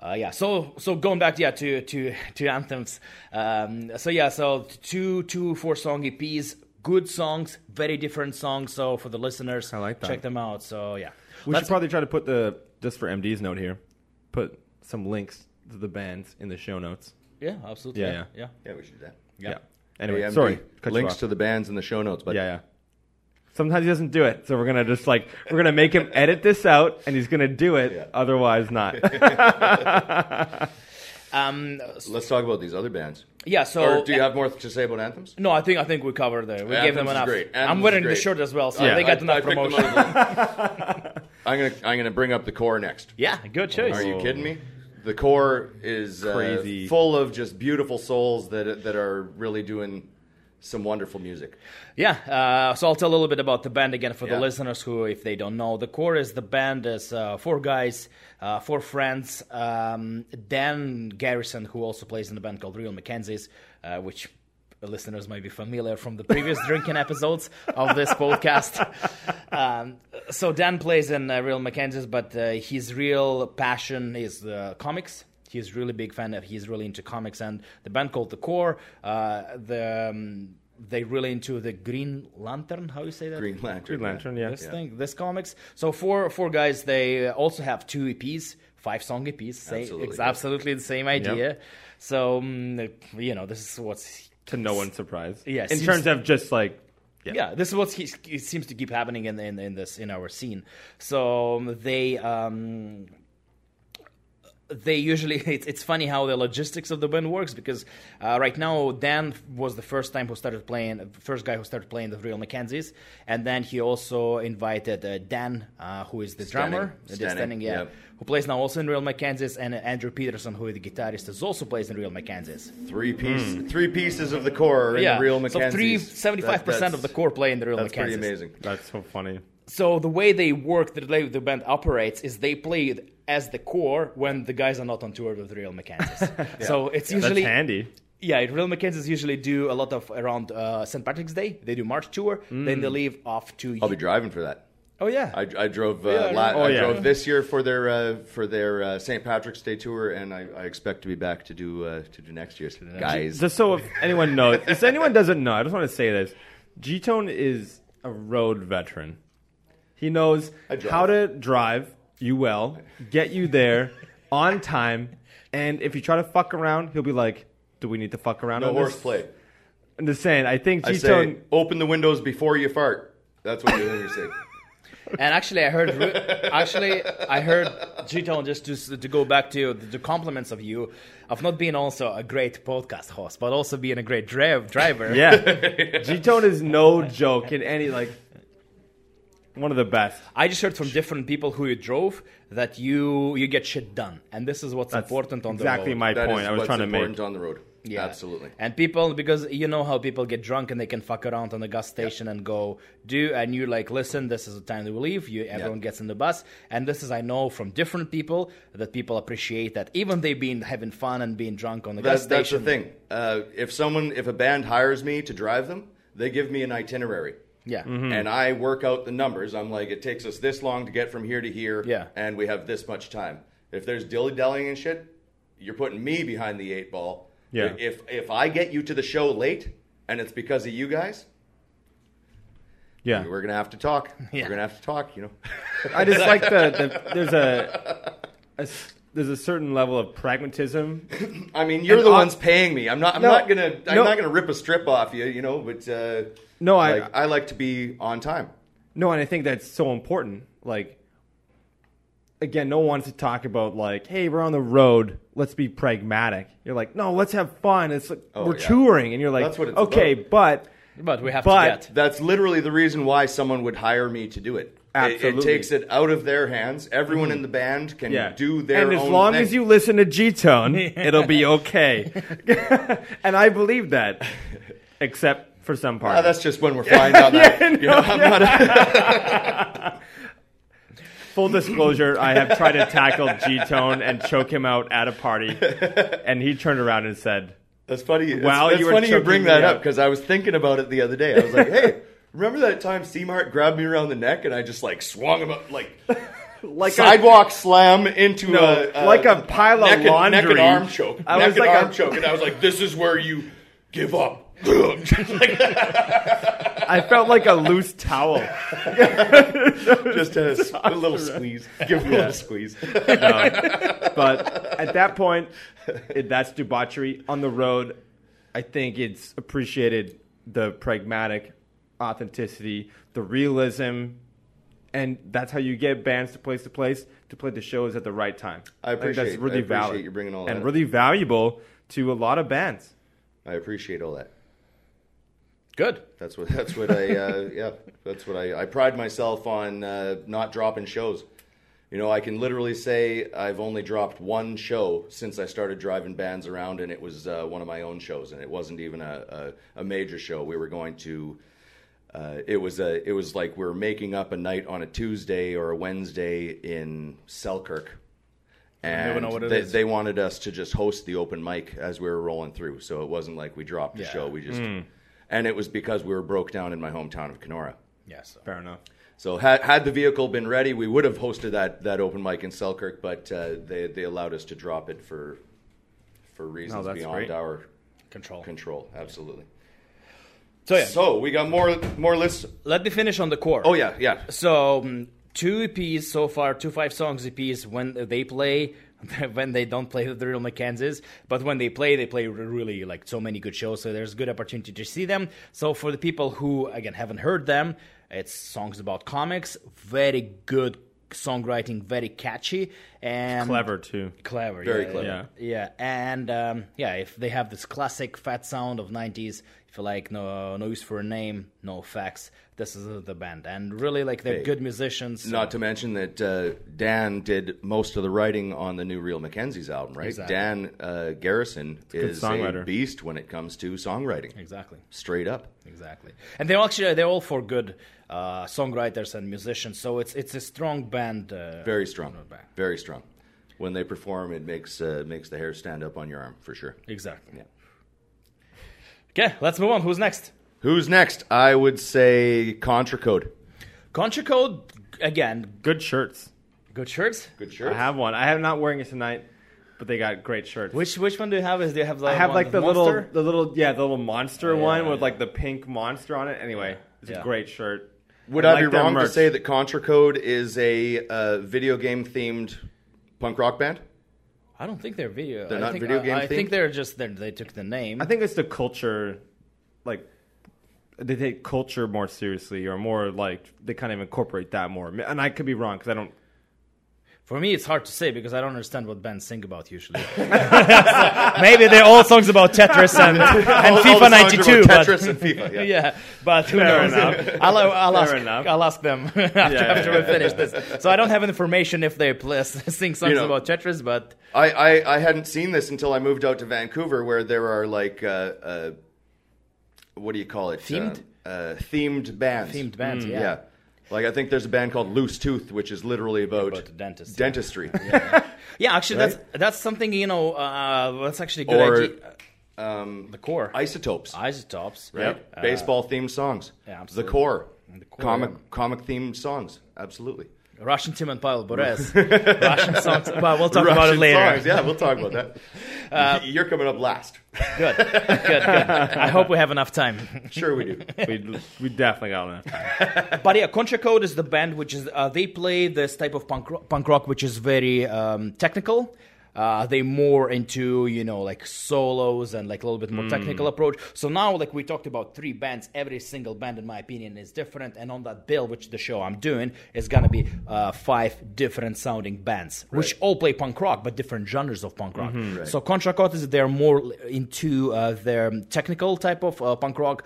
Speaker 2: uh, yeah. So, so going back, yeah, to to to anthems. Um, so yeah, so two two four song EPs, good songs, very different songs. So for the listeners,
Speaker 3: I like that.
Speaker 2: Check them out. So yeah,
Speaker 3: We
Speaker 2: Let's-
Speaker 3: should probably try to put the just for MD's note here, put some links to the bands in the show notes.
Speaker 2: yeah, absolutely,
Speaker 3: Yeah,
Speaker 2: yeah,
Speaker 3: yeah.
Speaker 2: yeah.
Speaker 1: yeah, we should do that.
Speaker 3: Yeah.
Speaker 2: Yeah.
Speaker 3: Anyway,
Speaker 1: AMD.
Speaker 3: sorry. Cut you
Speaker 1: Links
Speaker 3: off.
Speaker 1: to the bands in the show notes, but
Speaker 3: Yeah, yeah. Sometimes he doesn't do it, so we're gonna just like we're gonna make him edit this out, and he's gonna do it.
Speaker 1: Yeah.
Speaker 3: Otherwise, not.
Speaker 2: Um, so-
Speaker 1: let's talk about these other bands.
Speaker 2: yeah. So
Speaker 1: or do you have more to say about anthems?
Speaker 2: no, I think I think we covered there. We gave
Speaker 1: Anthems
Speaker 2: them
Speaker 1: is
Speaker 2: enough.
Speaker 1: great. Anthems
Speaker 2: I'm
Speaker 1: is
Speaker 2: wearing the
Speaker 1: great.
Speaker 2: shirt as well, so
Speaker 3: Yeah.
Speaker 2: they got
Speaker 1: I- I
Speaker 2: enough
Speaker 1: picked them
Speaker 2: promotion.
Speaker 1: out of the- I'm gonna I'm gonna bring up the core next.
Speaker 2: Yeah, good choice.
Speaker 1: Are you kidding me? The core is uh,
Speaker 3: Crazy.
Speaker 1: full of just beautiful souls that that are really doing some wonderful music.
Speaker 2: Yeah, uh, so I'll tell a little bit about the band again for
Speaker 1: Yeah.
Speaker 2: the listeners who, if they don't know, the core is the band is uh, four guys, uh, four friends. Um, Dan Garrison, who also plays in the band called Real Mackenzies, uh, which listeners might be familiar from the previous drinking episodes of this podcast. Um, so Dan plays in uh, Real Mackenzies, but uh, his real passion is uh, comics he's really big fan of he's really into comics and the band called the core uh the um, they really into the green lantern how you say that
Speaker 1: Green Lantern.
Speaker 3: Green Lantern, yeah.
Speaker 2: this thing this comics so four four guys they also have two eps five song eps say,
Speaker 1: Absolutely,
Speaker 2: it's
Speaker 1: yeah.
Speaker 2: absolutely the same idea so mm, you know this is what's
Speaker 3: to no one's surprise.
Speaker 2: Yeah,
Speaker 3: In
Speaker 2: seems-
Speaker 3: terms of just like, yeah,
Speaker 2: yeah, this is what he, it seems to keep happening in, in in this in our scene. So they um they usually it's, it's funny how the logistics of the band works because uh, right now Dan was the first time who started playing first guy who started playing the Real Mackenzies and then he also invited uh, Dan uh, who is the
Speaker 1: Standing.
Speaker 2: drummer uh, the
Speaker 1: Standing,
Speaker 2: yeah
Speaker 1: yep.
Speaker 2: who plays now also in Real Mackenzies and uh, Andrew Peterson who is the guitarist is also plays in Real Mackenzies
Speaker 1: Three piece, three pieces of the core are in the real
Speaker 2: Hmm. so
Speaker 1: Mackenzies.
Speaker 2: three
Speaker 1: That-
Speaker 2: seventy-five
Speaker 1: that's-
Speaker 2: percent of the core play in the Real
Speaker 1: That's pretty
Speaker 2: Mackenzies
Speaker 1: amazing.
Speaker 3: that's so funny.
Speaker 2: so the way they work, the way the band operates, is they play it as the core when the guys are not on tour with Real Mechanics. So it's usually
Speaker 3: that's handy.
Speaker 2: yeah, Real Mechanics usually do a lot of around uh, St. Patrick's Day. They do March tour, then they leave off to.
Speaker 1: Mm. I'll be driving for that.
Speaker 2: oh yeah,
Speaker 1: I, I drove. Uh,
Speaker 2: Yeah, I
Speaker 1: la-
Speaker 2: know.
Speaker 3: Oh,
Speaker 1: I
Speaker 3: yeah.
Speaker 1: drove this year for their uh, for their uh, St. Patrick's Day tour, and I, I expect to be back to do uh, to do next year's guys.
Speaker 3: Just so if anyone knows, if anyone doesn't know, I just want to say this: G Tone is a road veteran. He knows
Speaker 1: I drive.
Speaker 3: how to drive you well, get you there on time, and if you try to fuck around, he'll be like, "Do we need to fuck around?"
Speaker 1: no
Speaker 3: on this?
Speaker 1: horseplay.
Speaker 3: I'm just saying. I think
Speaker 1: I
Speaker 3: G
Speaker 1: say
Speaker 3: Tone.
Speaker 1: open the windows before you fart. That's what you hear me say.
Speaker 2: and actually, I heard Ru- actually I heard G Tone just to, to go back to the, the compliments of you of not being also a great podcast host, but also being a great drive, driver.
Speaker 3: Yeah, G Tone is no joke in any like one of the best.
Speaker 2: I just heard from different people who you drove that you you get shit done, and this is what's
Speaker 3: That's
Speaker 2: important on
Speaker 3: exactly
Speaker 2: the road.
Speaker 3: my
Speaker 1: That is
Speaker 3: point. I was
Speaker 1: what's
Speaker 3: trying to
Speaker 1: important
Speaker 3: make.
Speaker 1: on the road.
Speaker 2: Yeah.
Speaker 1: Absolutely.
Speaker 2: And people, because you know how people get drunk and they can fuck around on the gas station and go do, and you're like, listen, this is the time to leave. You, everyone gets in the bus, and this is I know from different people that people appreciate that even they been having fun and being drunk on the gas
Speaker 1: That's, that's the
Speaker 2: station.
Speaker 1: thing. Uh, if someone, if a band hires me to drive them, they give me an itinerary.
Speaker 2: Yeah.
Speaker 3: Hmm.
Speaker 1: And I work out the numbers. I'm like, it takes us this long to get from here to here.
Speaker 2: Yeah.
Speaker 1: And we have this much time. If there's dilly dallying and shit, you're putting me behind the eight ball.
Speaker 3: Yeah.
Speaker 1: If if I get you to the show late and it's because of you guys,
Speaker 3: Yeah,
Speaker 1: we're gonna have to talk.
Speaker 2: Yeah.
Speaker 1: We're gonna have to talk. You know.
Speaker 3: I just like the, the there's a, a s- there's a certain level of pragmatism.
Speaker 1: I mean, you're
Speaker 3: And
Speaker 1: the
Speaker 3: I-
Speaker 1: ones paying me. I'm not. I'm
Speaker 3: No,
Speaker 1: not gonna. I'm
Speaker 3: no.
Speaker 1: not gonna rip a strip off you. You know. But uh,
Speaker 3: No, I-
Speaker 1: like, I like to be on time.
Speaker 3: No, and I think that's so important. Like, again, no one wants to talk about like, hey, we're on the road. Let's be pragmatic. You're like, no, let's have fun. It's like
Speaker 1: Oh,
Speaker 3: we're
Speaker 1: yeah.
Speaker 3: touring, and you're like,
Speaker 1: That's what it's
Speaker 3: okay,
Speaker 1: about.
Speaker 3: but
Speaker 2: But we have
Speaker 3: But-
Speaker 2: to get.
Speaker 1: That's literally the reason why someone would hire me to do it. It- It,
Speaker 3: Absolutely. Mm-hmm.
Speaker 1: takes it out of their hands. Everyone in the band can
Speaker 3: yeah,
Speaker 1: do their
Speaker 3: and
Speaker 1: own
Speaker 3: as long
Speaker 1: thing.
Speaker 3: as you listen to G Tone, it'll be okay. and I believe that, except for some parts.
Speaker 1: Ah, that's just when we're flying down that. you know, I'm not
Speaker 3: Full disclosure, I have tried to tackle G Tone and choke him out at a party, and he turned around and said,
Speaker 1: That's funny.
Speaker 3: Wow,
Speaker 1: Wow, it's,
Speaker 3: you
Speaker 1: you
Speaker 3: were
Speaker 1: funny you
Speaker 3: choking
Speaker 1: bring
Speaker 3: me
Speaker 1: that
Speaker 3: up.
Speaker 1: up because I was thinking about it the other day. I was like, hey, remember that time C Mart grabbed me around the neck and I just like swung him up like
Speaker 3: like
Speaker 1: sidewalk slam into
Speaker 3: No,
Speaker 1: a,
Speaker 3: like a pile of
Speaker 1: neck and, neck and
Speaker 3: laundry.
Speaker 1: arm choke.
Speaker 3: I
Speaker 1: neck
Speaker 3: was
Speaker 1: and
Speaker 3: like
Speaker 1: arm
Speaker 3: a-
Speaker 1: choke, and I was like, this is where you give up. like that,
Speaker 3: I felt like a loose towel.
Speaker 1: just a, s- a little squeeze. Give him a little squeeze.
Speaker 3: But at that point, it, that's debauchery. On the road, I think it's appreciated the pragmatic authenticity, the realism, and that's how you get bands to place to place to play the shows at the right time.
Speaker 1: I
Speaker 3: think
Speaker 1: appreciate- I appreciate
Speaker 3: valid
Speaker 1: you bringing all
Speaker 3: and
Speaker 1: that.
Speaker 3: really valuable to a lot of bands.
Speaker 1: I appreciate all that.
Speaker 2: Good.
Speaker 1: That's what. That's what I. Uh, yeah, that's what I. I pride myself on uh, not dropping shows. You know, I can literally say I've only dropped one show since I started driving bands around, and it was uh, one of my own shows, and it wasn't even a, a, a major show. We were going to. Uh, it was a. It was like we were making up a night on a Tuesday or a Wednesday in Selkirk, and
Speaker 2: never know what it
Speaker 1: they,
Speaker 2: is.
Speaker 1: they wanted us to just host the open mic as we were rolling through. So it wasn't like we dropped the
Speaker 2: Yeah.
Speaker 1: show. We just, and it was because we were broke down in my hometown of Kenora.
Speaker 2: Yeah. So.
Speaker 3: Fair enough.
Speaker 1: So had, had the vehicle been ready, we would have hosted that, that open mic in Selkirk, but uh, they, they allowed us to drop it for, for reasons
Speaker 3: that's
Speaker 1: beyond
Speaker 3: great.
Speaker 1: our
Speaker 2: Control.
Speaker 1: control. Absolutely.
Speaker 2: So yeah.
Speaker 1: So we got more, more lists.
Speaker 2: let me finish on the core.
Speaker 1: Oh yeah. Yeah.
Speaker 2: So um, two EPs so far, two five songs EPs. When they play, when they don't play the real McKenzie's, but when they play, they play re- really like so many good shows. So there's good opportunity to see them. So for the people who again haven't heard them, it's songs about comics. Very good songwriting, very catchy and
Speaker 3: Clever too.
Speaker 2: clever
Speaker 1: Very
Speaker 2: yeah,
Speaker 1: clever.
Speaker 2: yeah yeah. and um, yeah if they have this classic fat sound of 90s if you like no no use for a name no facts this is the band and really like they're
Speaker 1: Hey.
Speaker 2: good musicians so-
Speaker 1: Not to mention that uh, Dan did most of the writing on the new Real Mackenzie's album, right?
Speaker 2: Exactly.
Speaker 1: Dan uh, Garrison
Speaker 3: good
Speaker 1: is a
Speaker 3: songwriter.
Speaker 1: beast when it comes to songwriting.
Speaker 2: exactly
Speaker 1: Straight up.
Speaker 2: exactly and they're actually they're all for good uh, songwriters and musicians so it's it's a strong band uh,
Speaker 1: Very strong.
Speaker 2: back.
Speaker 1: Very strong. When they perform, it makes uh, makes the hair stand up on your arm for sure.
Speaker 2: exactly
Speaker 1: Yeah.
Speaker 2: okay let's move on who's next
Speaker 1: Who's next? I would say Contra Code.
Speaker 2: contra code again
Speaker 3: Good shirts.
Speaker 2: good shirts
Speaker 1: Good
Speaker 3: I have one. I am not wearing it tonight, but they got great shirts.
Speaker 2: which which one do you have is do you have like
Speaker 3: I have
Speaker 2: one
Speaker 3: like
Speaker 2: with
Speaker 3: the little,
Speaker 2: monster?
Speaker 3: the little, yeah, the little monster
Speaker 2: Yeah,
Speaker 3: one with
Speaker 2: yeah.
Speaker 3: like the pink monster on it. Anyway, it's
Speaker 2: Yeah.
Speaker 3: a great shirt.
Speaker 1: Would
Speaker 3: I
Speaker 1: I,
Speaker 3: like
Speaker 1: be
Speaker 3: their
Speaker 1: wrong to
Speaker 3: merch.
Speaker 1: say that Contra Code is a uh, video game themed punk rock band?
Speaker 2: I don't think they're video.
Speaker 1: They're
Speaker 2: I
Speaker 1: not
Speaker 2: think,
Speaker 1: video
Speaker 2: I-
Speaker 1: game
Speaker 2: I think
Speaker 1: themed?
Speaker 2: they're just they're, they took the name.
Speaker 3: I think it's the culture, like they take culture more seriously, or more like they kind of incorporate that more. And I could be wrong because I don't
Speaker 2: For me, it's hard to say because I don't understand what bands sing about usually. Maybe they're all songs about Tetris and, and
Speaker 1: All- all
Speaker 2: FIFA
Speaker 1: the songs are
Speaker 2: 92.
Speaker 1: about
Speaker 2: But,
Speaker 1: Tetris and FIFA. Yeah.
Speaker 2: yeah, but who
Speaker 3: Fair
Speaker 2: knows?
Speaker 3: enough.
Speaker 2: I'll, I'll,
Speaker 3: Fair
Speaker 2: ask,
Speaker 3: enough.
Speaker 2: I'll ask them after, after we finish this. So I don't have information if they play, sing songs
Speaker 1: You know.
Speaker 2: about Tetris, but
Speaker 1: I, I, I hadn't seen this until I moved out to Vancouver, where there are like, uh, uh, what do you call it?
Speaker 2: Themed?
Speaker 1: Uh, uh, themed bands.
Speaker 2: themed bands,
Speaker 3: Hmm,
Speaker 1: Yeah.
Speaker 2: yeah.
Speaker 1: Like I think there's a band called Loose Tooth, which is literally about,
Speaker 2: About the dentist, yeah.
Speaker 1: dentistry.
Speaker 2: Yeah, actually, that's that's something you know. Uh, that's actually a good
Speaker 1: Or,
Speaker 2: idea. Um, the core
Speaker 1: Isotopes,
Speaker 2: isotopes,
Speaker 1: right?
Speaker 2: Uh,
Speaker 1: Baseball themed songs.
Speaker 2: yeah,
Speaker 1: the
Speaker 2: absolutely.
Speaker 1: core.
Speaker 2: The core,
Speaker 1: Comic
Speaker 2: yeah.
Speaker 1: comic themed songs. Absolutely.
Speaker 2: Russian Tim and Pavel Bores. Russian songs. Well, we'll talk about
Speaker 1: Russian
Speaker 2: it later. Uh,
Speaker 1: songs, Yeah, we'll talk about that. You're coming up last.
Speaker 2: Good, good, good. I hope we have enough time.
Speaker 1: Sure, we do.
Speaker 3: we we definitely got enough time.
Speaker 2: But yeah, Contra Code is the band which is uh, they play this type of punk rock, punk rock which is very um, technical. Uh, they more into you know like solos and like a little bit more technical approach. So now like we talked about three bands, every single band in my opinion is different. And on that bill, which the show I'm doing is gonna be uh, five different sounding bands, which all play punk rock but different genres of punk rock. So Contra Code is they're more into uh, their technical type of uh, punk rock,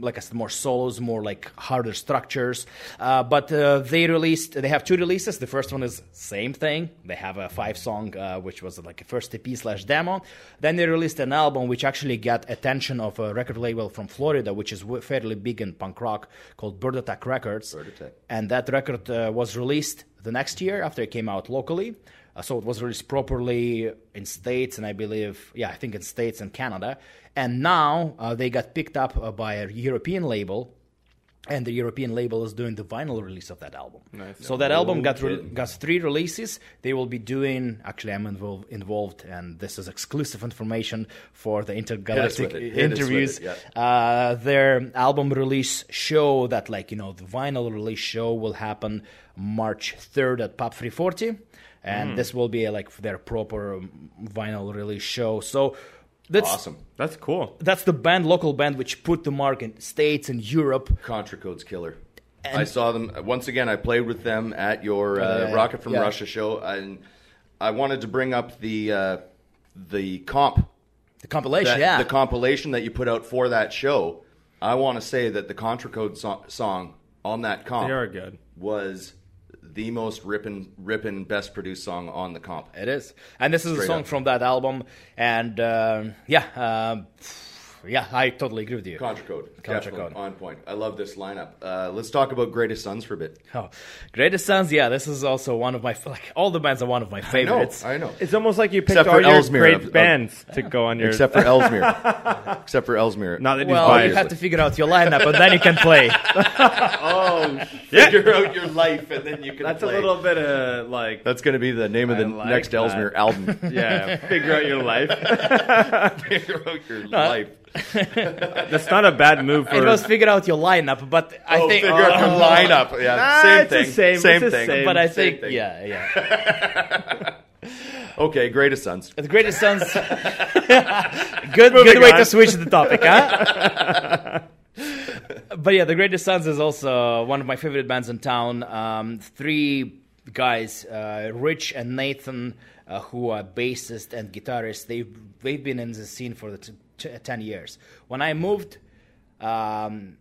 Speaker 2: like I said, more solos, more like harder structures. Uh, but uh, they released, they have two releases. The first one is same thing. They have a five song, uh, which was like a first EP slash demo. Then they released an album which actually got attention of a record label from Florida, which is w- fairly big in punk rock, called Bird Attack Records. Bird
Speaker 1: Attack.
Speaker 2: And that record uh, was released the next year after it came out locally. Uh, so it was released properly in states and I believe, yeah, I think in states and Canada. And now uh, they got picked up uh, by a European label, and the European label is doing the vinyl release of that album. So that album got re- got three releases. They will be doing. Actually, I'm involved, involved, and this is exclusive information for the
Speaker 1: it. Hit
Speaker 2: intergalactic
Speaker 1: us with
Speaker 2: interviews.
Speaker 1: it, yeah.
Speaker 2: Uh, their album release show that like you know the vinyl release show will happen March 3rd at Pop 340
Speaker 1: Hmm.
Speaker 2: and this will be like their proper um, vinyl release show so that's
Speaker 1: Awesome.
Speaker 3: That's cool.
Speaker 2: that's the band local band which put the mark in states and Europe
Speaker 1: Contra Code's killer. I saw them once again. I played with them at your uh,
Speaker 2: Yeah, yeah,
Speaker 1: Rocket from
Speaker 2: yeah.
Speaker 1: Russia show, and I wanted to bring up the uh, the comp,
Speaker 2: the compilation
Speaker 1: that,
Speaker 2: yeah
Speaker 1: the compilation that you put out for that show. I want to say that the Contra Code so- song on that comp
Speaker 3: They are good.
Speaker 1: was the most rippin' rippin' best produced song on the comp.
Speaker 2: It is, and this is a
Speaker 1: Straight
Speaker 2: song
Speaker 1: up.
Speaker 2: from that album, and um, yeah, um, yeah, I totally agree with you.
Speaker 1: Contra Code,
Speaker 2: Contra
Speaker 1: definitely
Speaker 2: Code.
Speaker 1: on point. I love this lineup. Uh, let's talk about Greatest Sons for a bit.
Speaker 2: Oh, Greatest Sons, yeah, this is also one of my like all the bands are one of my
Speaker 1: No,
Speaker 2: favorites.
Speaker 1: I know.
Speaker 3: It's almost like you picked
Speaker 1: Except for
Speaker 3: all your
Speaker 1: Ellesmere,
Speaker 3: great
Speaker 1: of- of-
Speaker 3: bands to go on your.
Speaker 1: Except for Elsmere. Except for Elsmere.
Speaker 3: not that he's
Speaker 2: well, you
Speaker 3: biased.
Speaker 2: have to figure out your lineup, and then you can play.
Speaker 1: Oh, figure out your life, and then you can.
Speaker 3: That's
Speaker 1: play.
Speaker 3: a little bit of like.
Speaker 1: That's going to be the name of the
Speaker 3: I like
Speaker 1: next
Speaker 3: that.
Speaker 1: Ellesmere album.
Speaker 3: Yeah, figure out your life.
Speaker 1: figure out your life.
Speaker 3: That's not a bad move for.
Speaker 2: it was figure out your lineup, but I
Speaker 1: oh,
Speaker 2: think, Oh,
Speaker 1: figure out your lineup. Yeah,
Speaker 3: Nah,
Speaker 1: same
Speaker 3: it's the
Speaker 1: thing.
Speaker 3: same, it's the
Speaker 1: thing.
Speaker 3: same.
Speaker 2: but I
Speaker 1: same
Speaker 2: think,
Speaker 1: thing.
Speaker 2: yeah, yeah,
Speaker 1: Okay, greatest sons.
Speaker 2: the Greatest Sons. good, good way
Speaker 3: on.
Speaker 2: to switch the topic, huh? but yeah, The Greatest Sons is also one of my favorite bands in town. Um, three guys, uh, Rich and Nathan, uh, who are bassist and guitarist, they've, they've been in the scene for the t- t- 10 years. When I moved, um,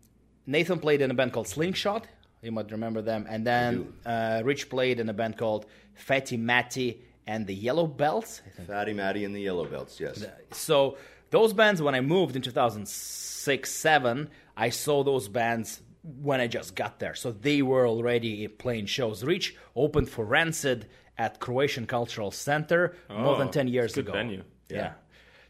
Speaker 2: Nathan played in a band called Slingshot. You might remember them. And then uh, Rich played in a band called Fatty Matty and the Yellow Belts. I think
Speaker 1: Fatty Matty and the Yellow Belts. Yes.
Speaker 2: so those bands when i moved in 2006 7 i saw those bands when i just got there so they were already playing shows reach opened for rancid at croatian cultural center more than
Speaker 3: Oh,
Speaker 2: 10 years
Speaker 3: it's a good
Speaker 2: ago
Speaker 3: venue.
Speaker 2: yeah.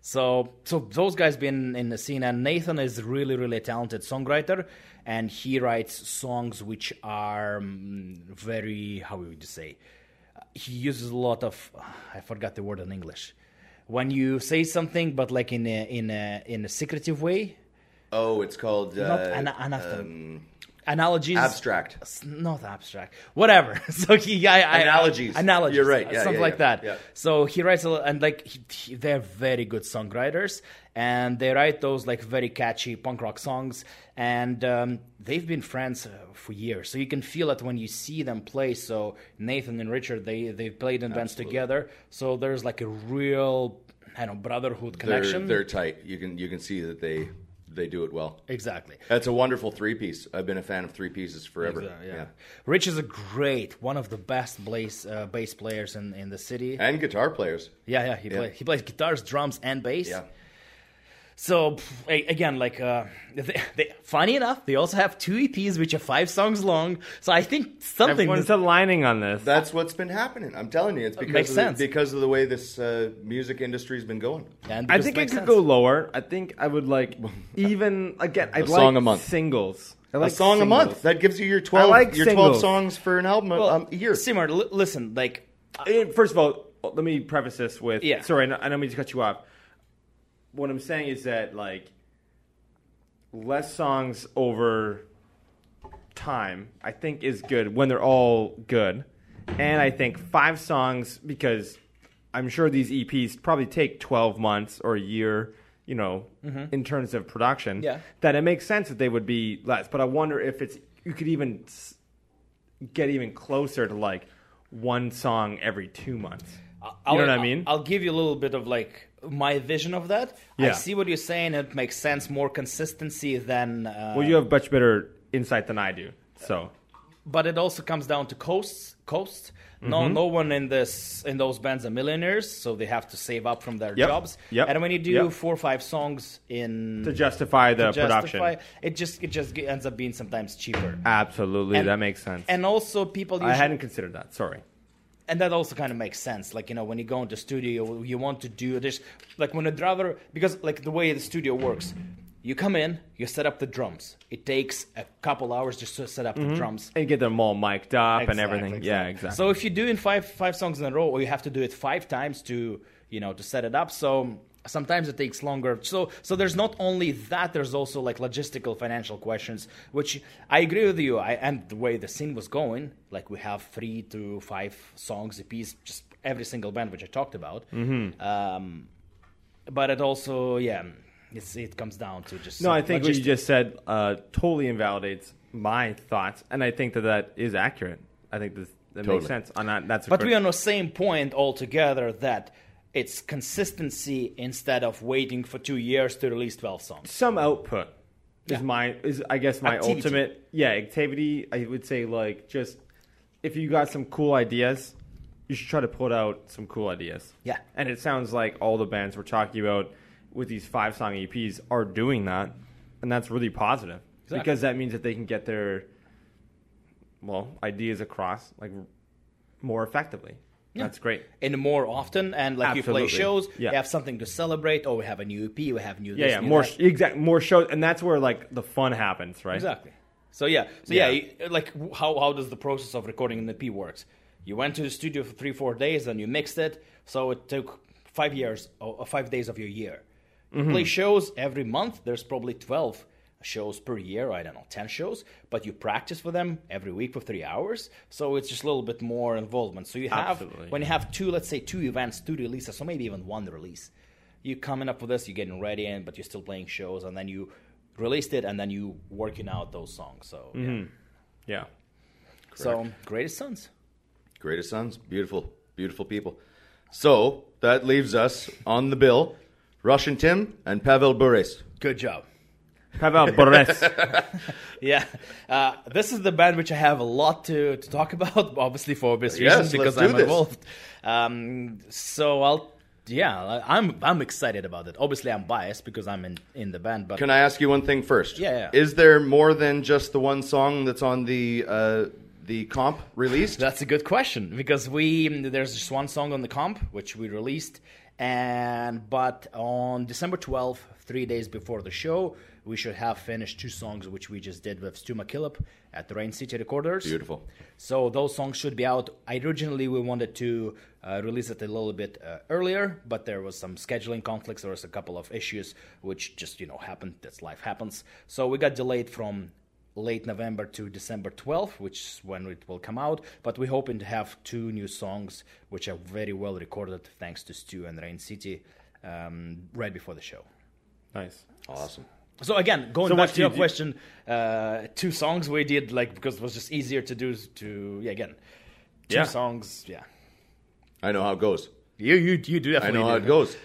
Speaker 2: So, so those guys been in the scene, and Nathan is really, really talented songwriter, and he writes songs which are um, very how would you say? He uses a lot of I forgot the word in English. When you say something, but like in a in a in a secretive way,
Speaker 1: Oh, it's called uh,
Speaker 2: not an, anathema.
Speaker 1: um,
Speaker 2: analogies.
Speaker 1: Abstract.
Speaker 2: S- Not abstract. Whatever. So he, I, I,
Speaker 1: Analogies.
Speaker 2: analogies.
Speaker 1: You're right. Yeah,
Speaker 2: something
Speaker 1: yeah,
Speaker 2: like
Speaker 1: yeah.
Speaker 2: that.
Speaker 1: Yeah.
Speaker 2: So he writes a lot, and like he, he- they're very good songwriters, and they write those like very catchy punk rock songs, and um, they've been friends uh, for years. So you can feel it when you see them play. So Nathan and Richard, they they played in bands together. So there's like a real, I don't know, brotherhood
Speaker 1: They're,
Speaker 2: connection.
Speaker 1: they're tight. You can you can see that they they do it well.
Speaker 2: exactly.
Speaker 1: That's a wonderful three piece. I've been a fan of three pieces forever.
Speaker 2: Yeah, yeah. Rich is a great, one of the best bass uh, bass players in, in the city.
Speaker 1: And guitar players.
Speaker 2: Yeah, yeah, he plays he plays guitars, drums, and bass.
Speaker 1: Yeah.
Speaker 2: So pff, a- again, like uh, they, they, funny enough, they also have two EPs which are five songs long. So I think something.
Speaker 3: Everyone's aligning on this.
Speaker 1: That's what's been happening. I'm telling you, it's because
Speaker 2: makes
Speaker 1: of the,
Speaker 2: sense.
Speaker 1: because of the way this uh, music industry's been going.
Speaker 2: and
Speaker 3: I
Speaker 2: because
Speaker 3: think
Speaker 2: it
Speaker 3: I
Speaker 2: makes
Speaker 3: could
Speaker 2: sense.
Speaker 3: go lower. I think I would like even again. I'd like
Speaker 1: song a month.
Speaker 3: singles. I
Speaker 1: a
Speaker 3: like
Speaker 1: song a month
Speaker 3: singles.
Speaker 1: that gives you your twelve
Speaker 3: like
Speaker 1: your twelve
Speaker 3: singles.
Speaker 1: songs for an album a-
Speaker 2: Well,
Speaker 1: um, a year.
Speaker 2: Seymour, li- listen, like
Speaker 3: And Uh, First of all, let me preface this with
Speaker 2: Yeah.
Speaker 3: sorry, I don't- I don't mean to cut you off. What I'm saying is that like less songs over time, I think is good when they're all good. And I think five songs because I'm sure these EPs probably take 12 months or a year, you know, in terms of production.
Speaker 2: Mm-hmm. Yeah.
Speaker 3: That it makes sense that they would be less, but I wonder if it's you could even s- get even closer to like one song every two months. you know what I mean?
Speaker 2: I'll give you a little bit of like my vision of that. I
Speaker 3: Yeah.
Speaker 2: see what you're saying. It makes sense. More consistency than. Uh,
Speaker 3: well, you have much better insight than I do. So
Speaker 2: but it also comes down to costs costs no
Speaker 3: Mm-hmm.
Speaker 2: no one in this in those bands are millionaires so they have to save up from their
Speaker 3: Yep.
Speaker 2: jobs
Speaker 3: Yep.
Speaker 2: and when you do
Speaker 3: Yep.
Speaker 2: four or five songs in
Speaker 3: to justify the uh, production,
Speaker 2: it just it just ends up being sometimes cheaper
Speaker 3: absolutely,
Speaker 2: And-
Speaker 3: that makes sense.
Speaker 2: and also people usually,
Speaker 3: I hadn't considered that. Sorry.
Speaker 2: and that also kind of makes sense like you know when you go into studio you want to do this like when a drummer because like the way the studio works you come in you set up the drums it takes a couple hours just to set up
Speaker 3: Mm-hmm.
Speaker 2: the drums
Speaker 3: And get them all mic'd up and
Speaker 2: Exactly,
Speaker 3: everything. Yeah, exactly.
Speaker 2: So if you're doing five five songs in a row, or you have to do it five times to you know to set it up, so sometimes it takes longer. So so there's not only that, there's also like logistical financial questions, which I agree with you. I and the way the scene was going, like we have three to five songs a piece, just every single band which I talked about.
Speaker 3: Mm-hmm.
Speaker 2: Um, but it also yeah. It's, it comes down to just
Speaker 3: no, I think what you
Speaker 2: logistics.
Speaker 3: just said uh, totally invalidates my thoughts, and I think that that is accurate. I think this, that
Speaker 1: Totally.
Speaker 3: makes sense. On that, that's a
Speaker 2: But
Speaker 3: crit-
Speaker 2: we're on the same point altogether that it's consistency instead of waiting for two years to release 12 songs.
Speaker 3: some output is my is I guess my
Speaker 2: Activity.
Speaker 3: ultimate yeah activity. I would say like just if you got some cool ideas, you should try to put out some cool ideas.
Speaker 2: Yeah.
Speaker 3: and it sounds like all the bands we're talking about with these five song EPs are doing that, and that's really positive
Speaker 2: Exactly.
Speaker 3: because that means that they can get their well ideas across like more effectively. That's great.
Speaker 2: And more often, and like you play
Speaker 3: Absolutely.
Speaker 2: shows,
Speaker 3: Yeah.
Speaker 2: you have something to celebrate. Oh, we have a new EP, we have new
Speaker 3: Yeah,
Speaker 2: this,
Speaker 3: yeah,
Speaker 2: new
Speaker 3: more
Speaker 2: that.
Speaker 3: sh- exact more shows, and that's where like the fun happens, right?
Speaker 2: Exactly. So yeah, so yeah,
Speaker 3: Yeah.
Speaker 2: you- like w- how how does the process of recording an EP works? You went to the studio for three four days and you mixed it, so it took five years or or five days of your year. You play shows every month. There's probably twelve shows per year. I don't know, ten shows, but you practice for them every week for three hours. So it's just a little bit more involvement. So you have
Speaker 3: Absolutely,
Speaker 2: when you have two, let's say two events, two releases, so maybe even one release. You coming up with this, you're getting ready, and but you're still playing shows, and then you released it, and then you working out those songs. So, yeah.
Speaker 3: Yeah.
Speaker 2: so greatest sons.
Speaker 1: Greatest sons, beautiful, beautiful people. So that leaves us on the bill, Russian Tim and Pavel Buris.
Speaker 2: Good job.
Speaker 3: Pavel Boris.
Speaker 2: Yeah, uh, this is the band which I have a lot to, to talk about, obviously for obvious
Speaker 1: Yes,
Speaker 2: reasons because
Speaker 1: let's do
Speaker 2: I'm
Speaker 1: this.
Speaker 2: involved. Um, so I'll, yeah, I- I'm I'm excited about it. Obviously, I'm biased because I'm in, in the band, but
Speaker 1: Can I ask you one thing first?
Speaker 2: Yeah, yeah.
Speaker 1: Is there more than just the one song that's on the uh, the comp released?
Speaker 2: That's a good question because we there's just one song on the comp which we released, and but on December 12th, three days before the show, we should have finished two songs which we just did with Stu McKillop at the Rain City Recorders.
Speaker 1: Beautiful.
Speaker 2: So those songs should be out. Originally, we wanted to uh, release it a little bit uh, earlier, but there was some scheduling conflicts. There was a couple of issues which just you know happened. That's life happens. So we got delayed from late November to December 12th, which is when it will come out. But we're hoping to have two new songs, which are very well recorded thanks to Stu and Rain City, um, right before the show.
Speaker 3: Nice.
Speaker 1: Awesome.
Speaker 2: So again, going
Speaker 3: So
Speaker 2: back
Speaker 3: what
Speaker 2: to
Speaker 3: do
Speaker 2: your
Speaker 3: you do-
Speaker 2: question, uh, two songs we did like because it was just easier to do. To yeah, again, two
Speaker 3: Yeah.
Speaker 2: songs. Yeah,
Speaker 1: I know how it goes.
Speaker 2: you you you do
Speaker 1: I
Speaker 2: definitely.
Speaker 1: know how
Speaker 2: do.
Speaker 1: it goes.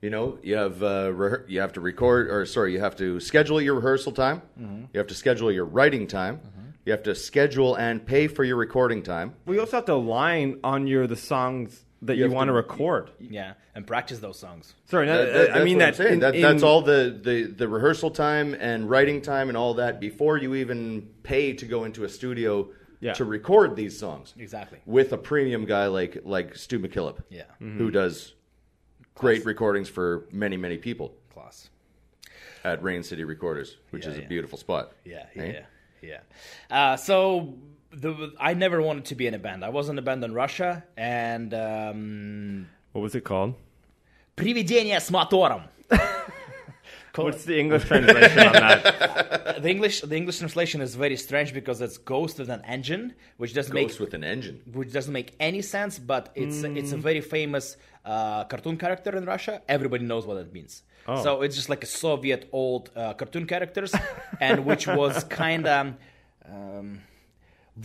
Speaker 1: You know, you have uh, rehe you have to record, or sorry, you have to schedule your rehearsal time.
Speaker 3: Mm-hmm.
Speaker 1: You have to schedule your writing time. You have to schedule and pay for your recording time.
Speaker 3: We also have to align on your the songs that you,
Speaker 1: have
Speaker 3: want to
Speaker 1: to-
Speaker 3: record.
Speaker 2: Yeah, and practice those songs.
Speaker 3: Sorry, no,
Speaker 1: That- that-
Speaker 3: Uh, I
Speaker 1: that's
Speaker 3: mean
Speaker 1: what I'm
Speaker 3: that.
Speaker 1: saying.
Speaker 3: in-
Speaker 1: That- that's
Speaker 3: in-
Speaker 1: all the, the the rehearsal time and writing time and all that before you even pay to go into a studio
Speaker 3: Yeah.
Speaker 1: to record these songs
Speaker 2: Exactly.
Speaker 1: with a premium guy like like Stu McKillop,
Speaker 2: Yeah.
Speaker 3: Hmm. Mm-hmm.
Speaker 1: who does great recordings for many many people
Speaker 2: Class.
Speaker 1: at Rain City Recorders, which
Speaker 2: Yeah,
Speaker 1: is a
Speaker 2: yeah.
Speaker 1: beautiful spot.
Speaker 2: Yeah,
Speaker 1: Eh?
Speaker 2: yeah, yeah. Uh, so the I never wanted to be in a band. I was in a band in Russia and um,
Speaker 3: What was it called?
Speaker 2: Привидение с мотором.
Speaker 3: What's the English translation on that?
Speaker 2: The English the English translation is very strange because it's ghost with an engine, which doesn't make
Speaker 1: Ghost with an engine.
Speaker 2: which doesn't make any sense, but it's it's
Speaker 3: Mm.
Speaker 2: a very famous uh, cartoon character in Russia. Everybody knows what it means.
Speaker 3: Oh.
Speaker 2: So it's just like a Soviet old uh, cartoon characters, and which was kind of um,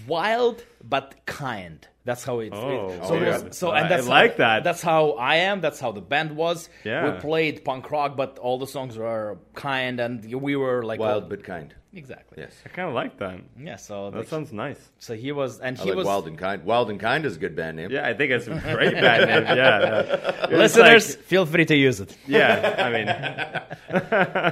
Speaker 2: wild but kind. That's how it's.
Speaker 3: Oh.
Speaker 2: so it
Speaker 1: Oh,
Speaker 2: was-
Speaker 1: yeah.
Speaker 2: so and
Speaker 3: I
Speaker 2: that's
Speaker 3: like
Speaker 2: how,
Speaker 3: that.
Speaker 2: That's how I am. That's how the band was.
Speaker 3: Yeah.
Speaker 2: We played punk rock, but all the songs were kind, and we were like
Speaker 1: Wild but kind.
Speaker 2: Exactly.
Speaker 1: Yes.
Speaker 3: I kind of like that.
Speaker 2: Yeah. So
Speaker 3: That
Speaker 2: like,
Speaker 3: sounds nice.
Speaker 2: so he was, and
Speaker 1: I
Speaker 2: he
Speaker 1: like
Speaker 2: was.
Speaker 1: Wild and Kind. Wild and Kind is a good band name.
Speaker 3: Yeah, I think it's a great band name. Yeah, yeah. It's
Speaker 2: Listeners,
Speaker 3: like-
Speaker 2: feel free to use it.
Speaker 3: yeah, I mean,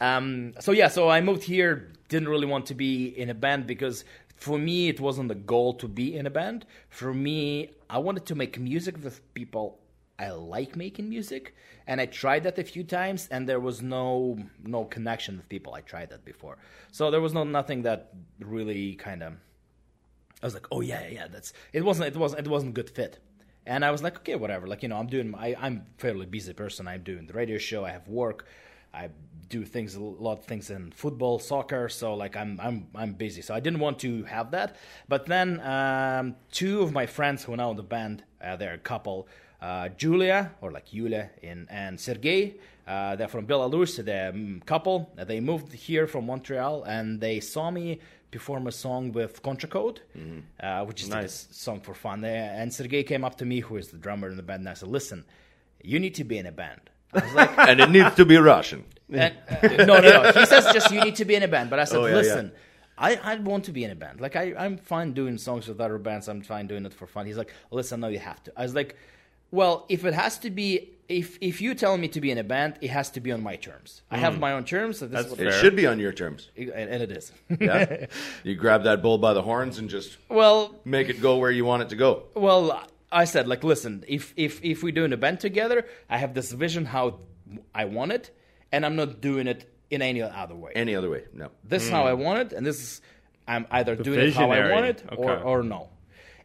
Speaker 2: Um, so yeah, so I moved here. Didn't really want to be in a band because for me it wasn't the goal to be in a band. For me, I wanted to make music with people I like making music, and I tried that a few times, and there was no no connection with people. I tried that before, so there was no nothing that really kind of. I was like, oh yeah, yeah, yeah, that's it wasn't it wasn't it wasn't a good fit. And I was like, okay, whatever. Like you know, I'm doing I, I'm a fairly busy person. I'm doing the radio show. I have work. I do things a lot of things in football, soccer. So like I'm I'm I'm busy. So I didn't want to have that. But then um, two of my friends who are now in the band, uh, they're a couple. Uh, Julia, or like Yulia, and, and Sergey, uh, they're from Belarus, they're a couple. They moved here from Montreal and they saw me perform a song with Contra Code, uh, which is nice.
Speaker 3: Nice.
Speaker 2: song for fun. They- And Sergey came up to me, who is the drummer in the band, and I said, "Listen, you need to be in a band." I was like,
Speaker 1: And it needs to be Russian.
Speaker 2: and, uh, "No, no, no." He says, "Just you need to be in a band," but I said,
Speaker 1: Oh, yeah, yeah.
Speaker 2: "Listen." I, I want to be in a band. Like I, I'm fine doing songs with other bands. I'm fine doing it for fun. He's like, listen, no, you have to. I was like, well, if it has to be, if if you tell me to be in a band, it has to be on my terms. I
Speaker 1: Mm.
Speaker 2: have my own terms. So this is
Speaker 3: That's
Speaker 2: what
Speaker 1: It
Speaker 3: Fair.
Speaker 1: should be on your terms.
Speaker 2: and, and it is.
Speaker 1: Yeah. you grab that bull by the horns and just
Speaker 2: well,
Speaker 1: make it go where you want it to go.
Speaker 2: well, I said like, listen, if if if we're doing a band together, I have this vision how I want it, and I'm not doing it in any other way.
Speaker 1: Any other way, no.
Speaker 2: this is how I want it, and this is I'm either doing it how I
Speaker 3: Mm. visionary.
Speaker 2: want it or
Speaker 3: Okay.
Speaker 2: or no.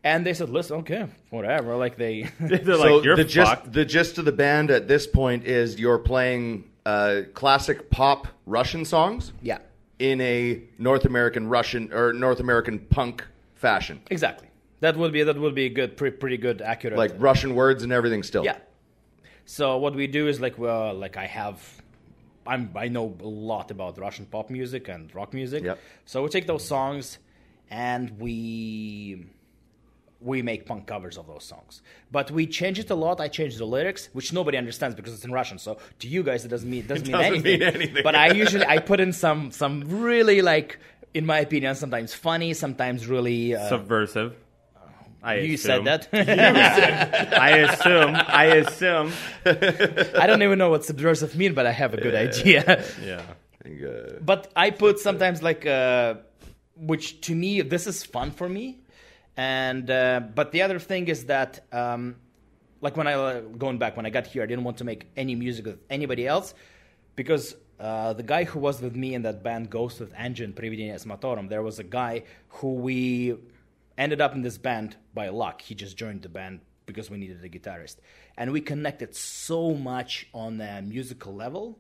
Speaker 2: And they said, listen, okay, whatever. Like they,
Speaker 3: they're
Speaker 1: so
Speaker 3: like you're
Speaker 1: the gist,
Speaker 3: fucked.
Speaker 1: the gist of the band at this point is you're playing uh, classic pop Russian songs.
Speaker 2: yeah,
Speaker 1: In a North American Russian or North American punk fashion,
Speaker 2: exactly. That would be that would be a good, pretty, pretty good, accurate.
Speaker 1: like Russian words and everything. Still,
Speaker 2: Yeah. So what we do is like well, like I have, I'm I know a lot about Russian pop music and rock music.
Speaker 1: Yep.
Speaker 2: So we take those songs, and we we make punk covers of those songs. But we change it a lot. I change the lyrics, which nobody understands because it's in Russian. So to you guys, it doesn't mean it doesn't, mean,
Speaker 1: doesn't
Speaker 2: anything.
Speaker 1: mean anything.
Speaker 2: But I usually I put in some some really like. In my opinion, sometimes funny, sometimes really. Uh,
Speaker 3: subversive. I
Speaker 2: you
Speaker 3: assume.
Speaker 2: said that.
Speaker 3: I assume. I assume.
Speaker 2: I don't even know what subversive mean, but I have a good idea.
Speaker 3: Yeah.
Speaker 1: I think, uh,
Speaker 2: but I put sometimes like uh, which to me this is fun for me, and uh, but the other thing is that um, like when I uh, going back when I got here, I didn't want to make any music with anybody else because. Uh, the guy who was with me in that band Ghost with Engine, Previdenia Motorum, there was a guy who we ended up in this band by luck. He just joined the band because we needed a guitarist. And we connected so much on a musical level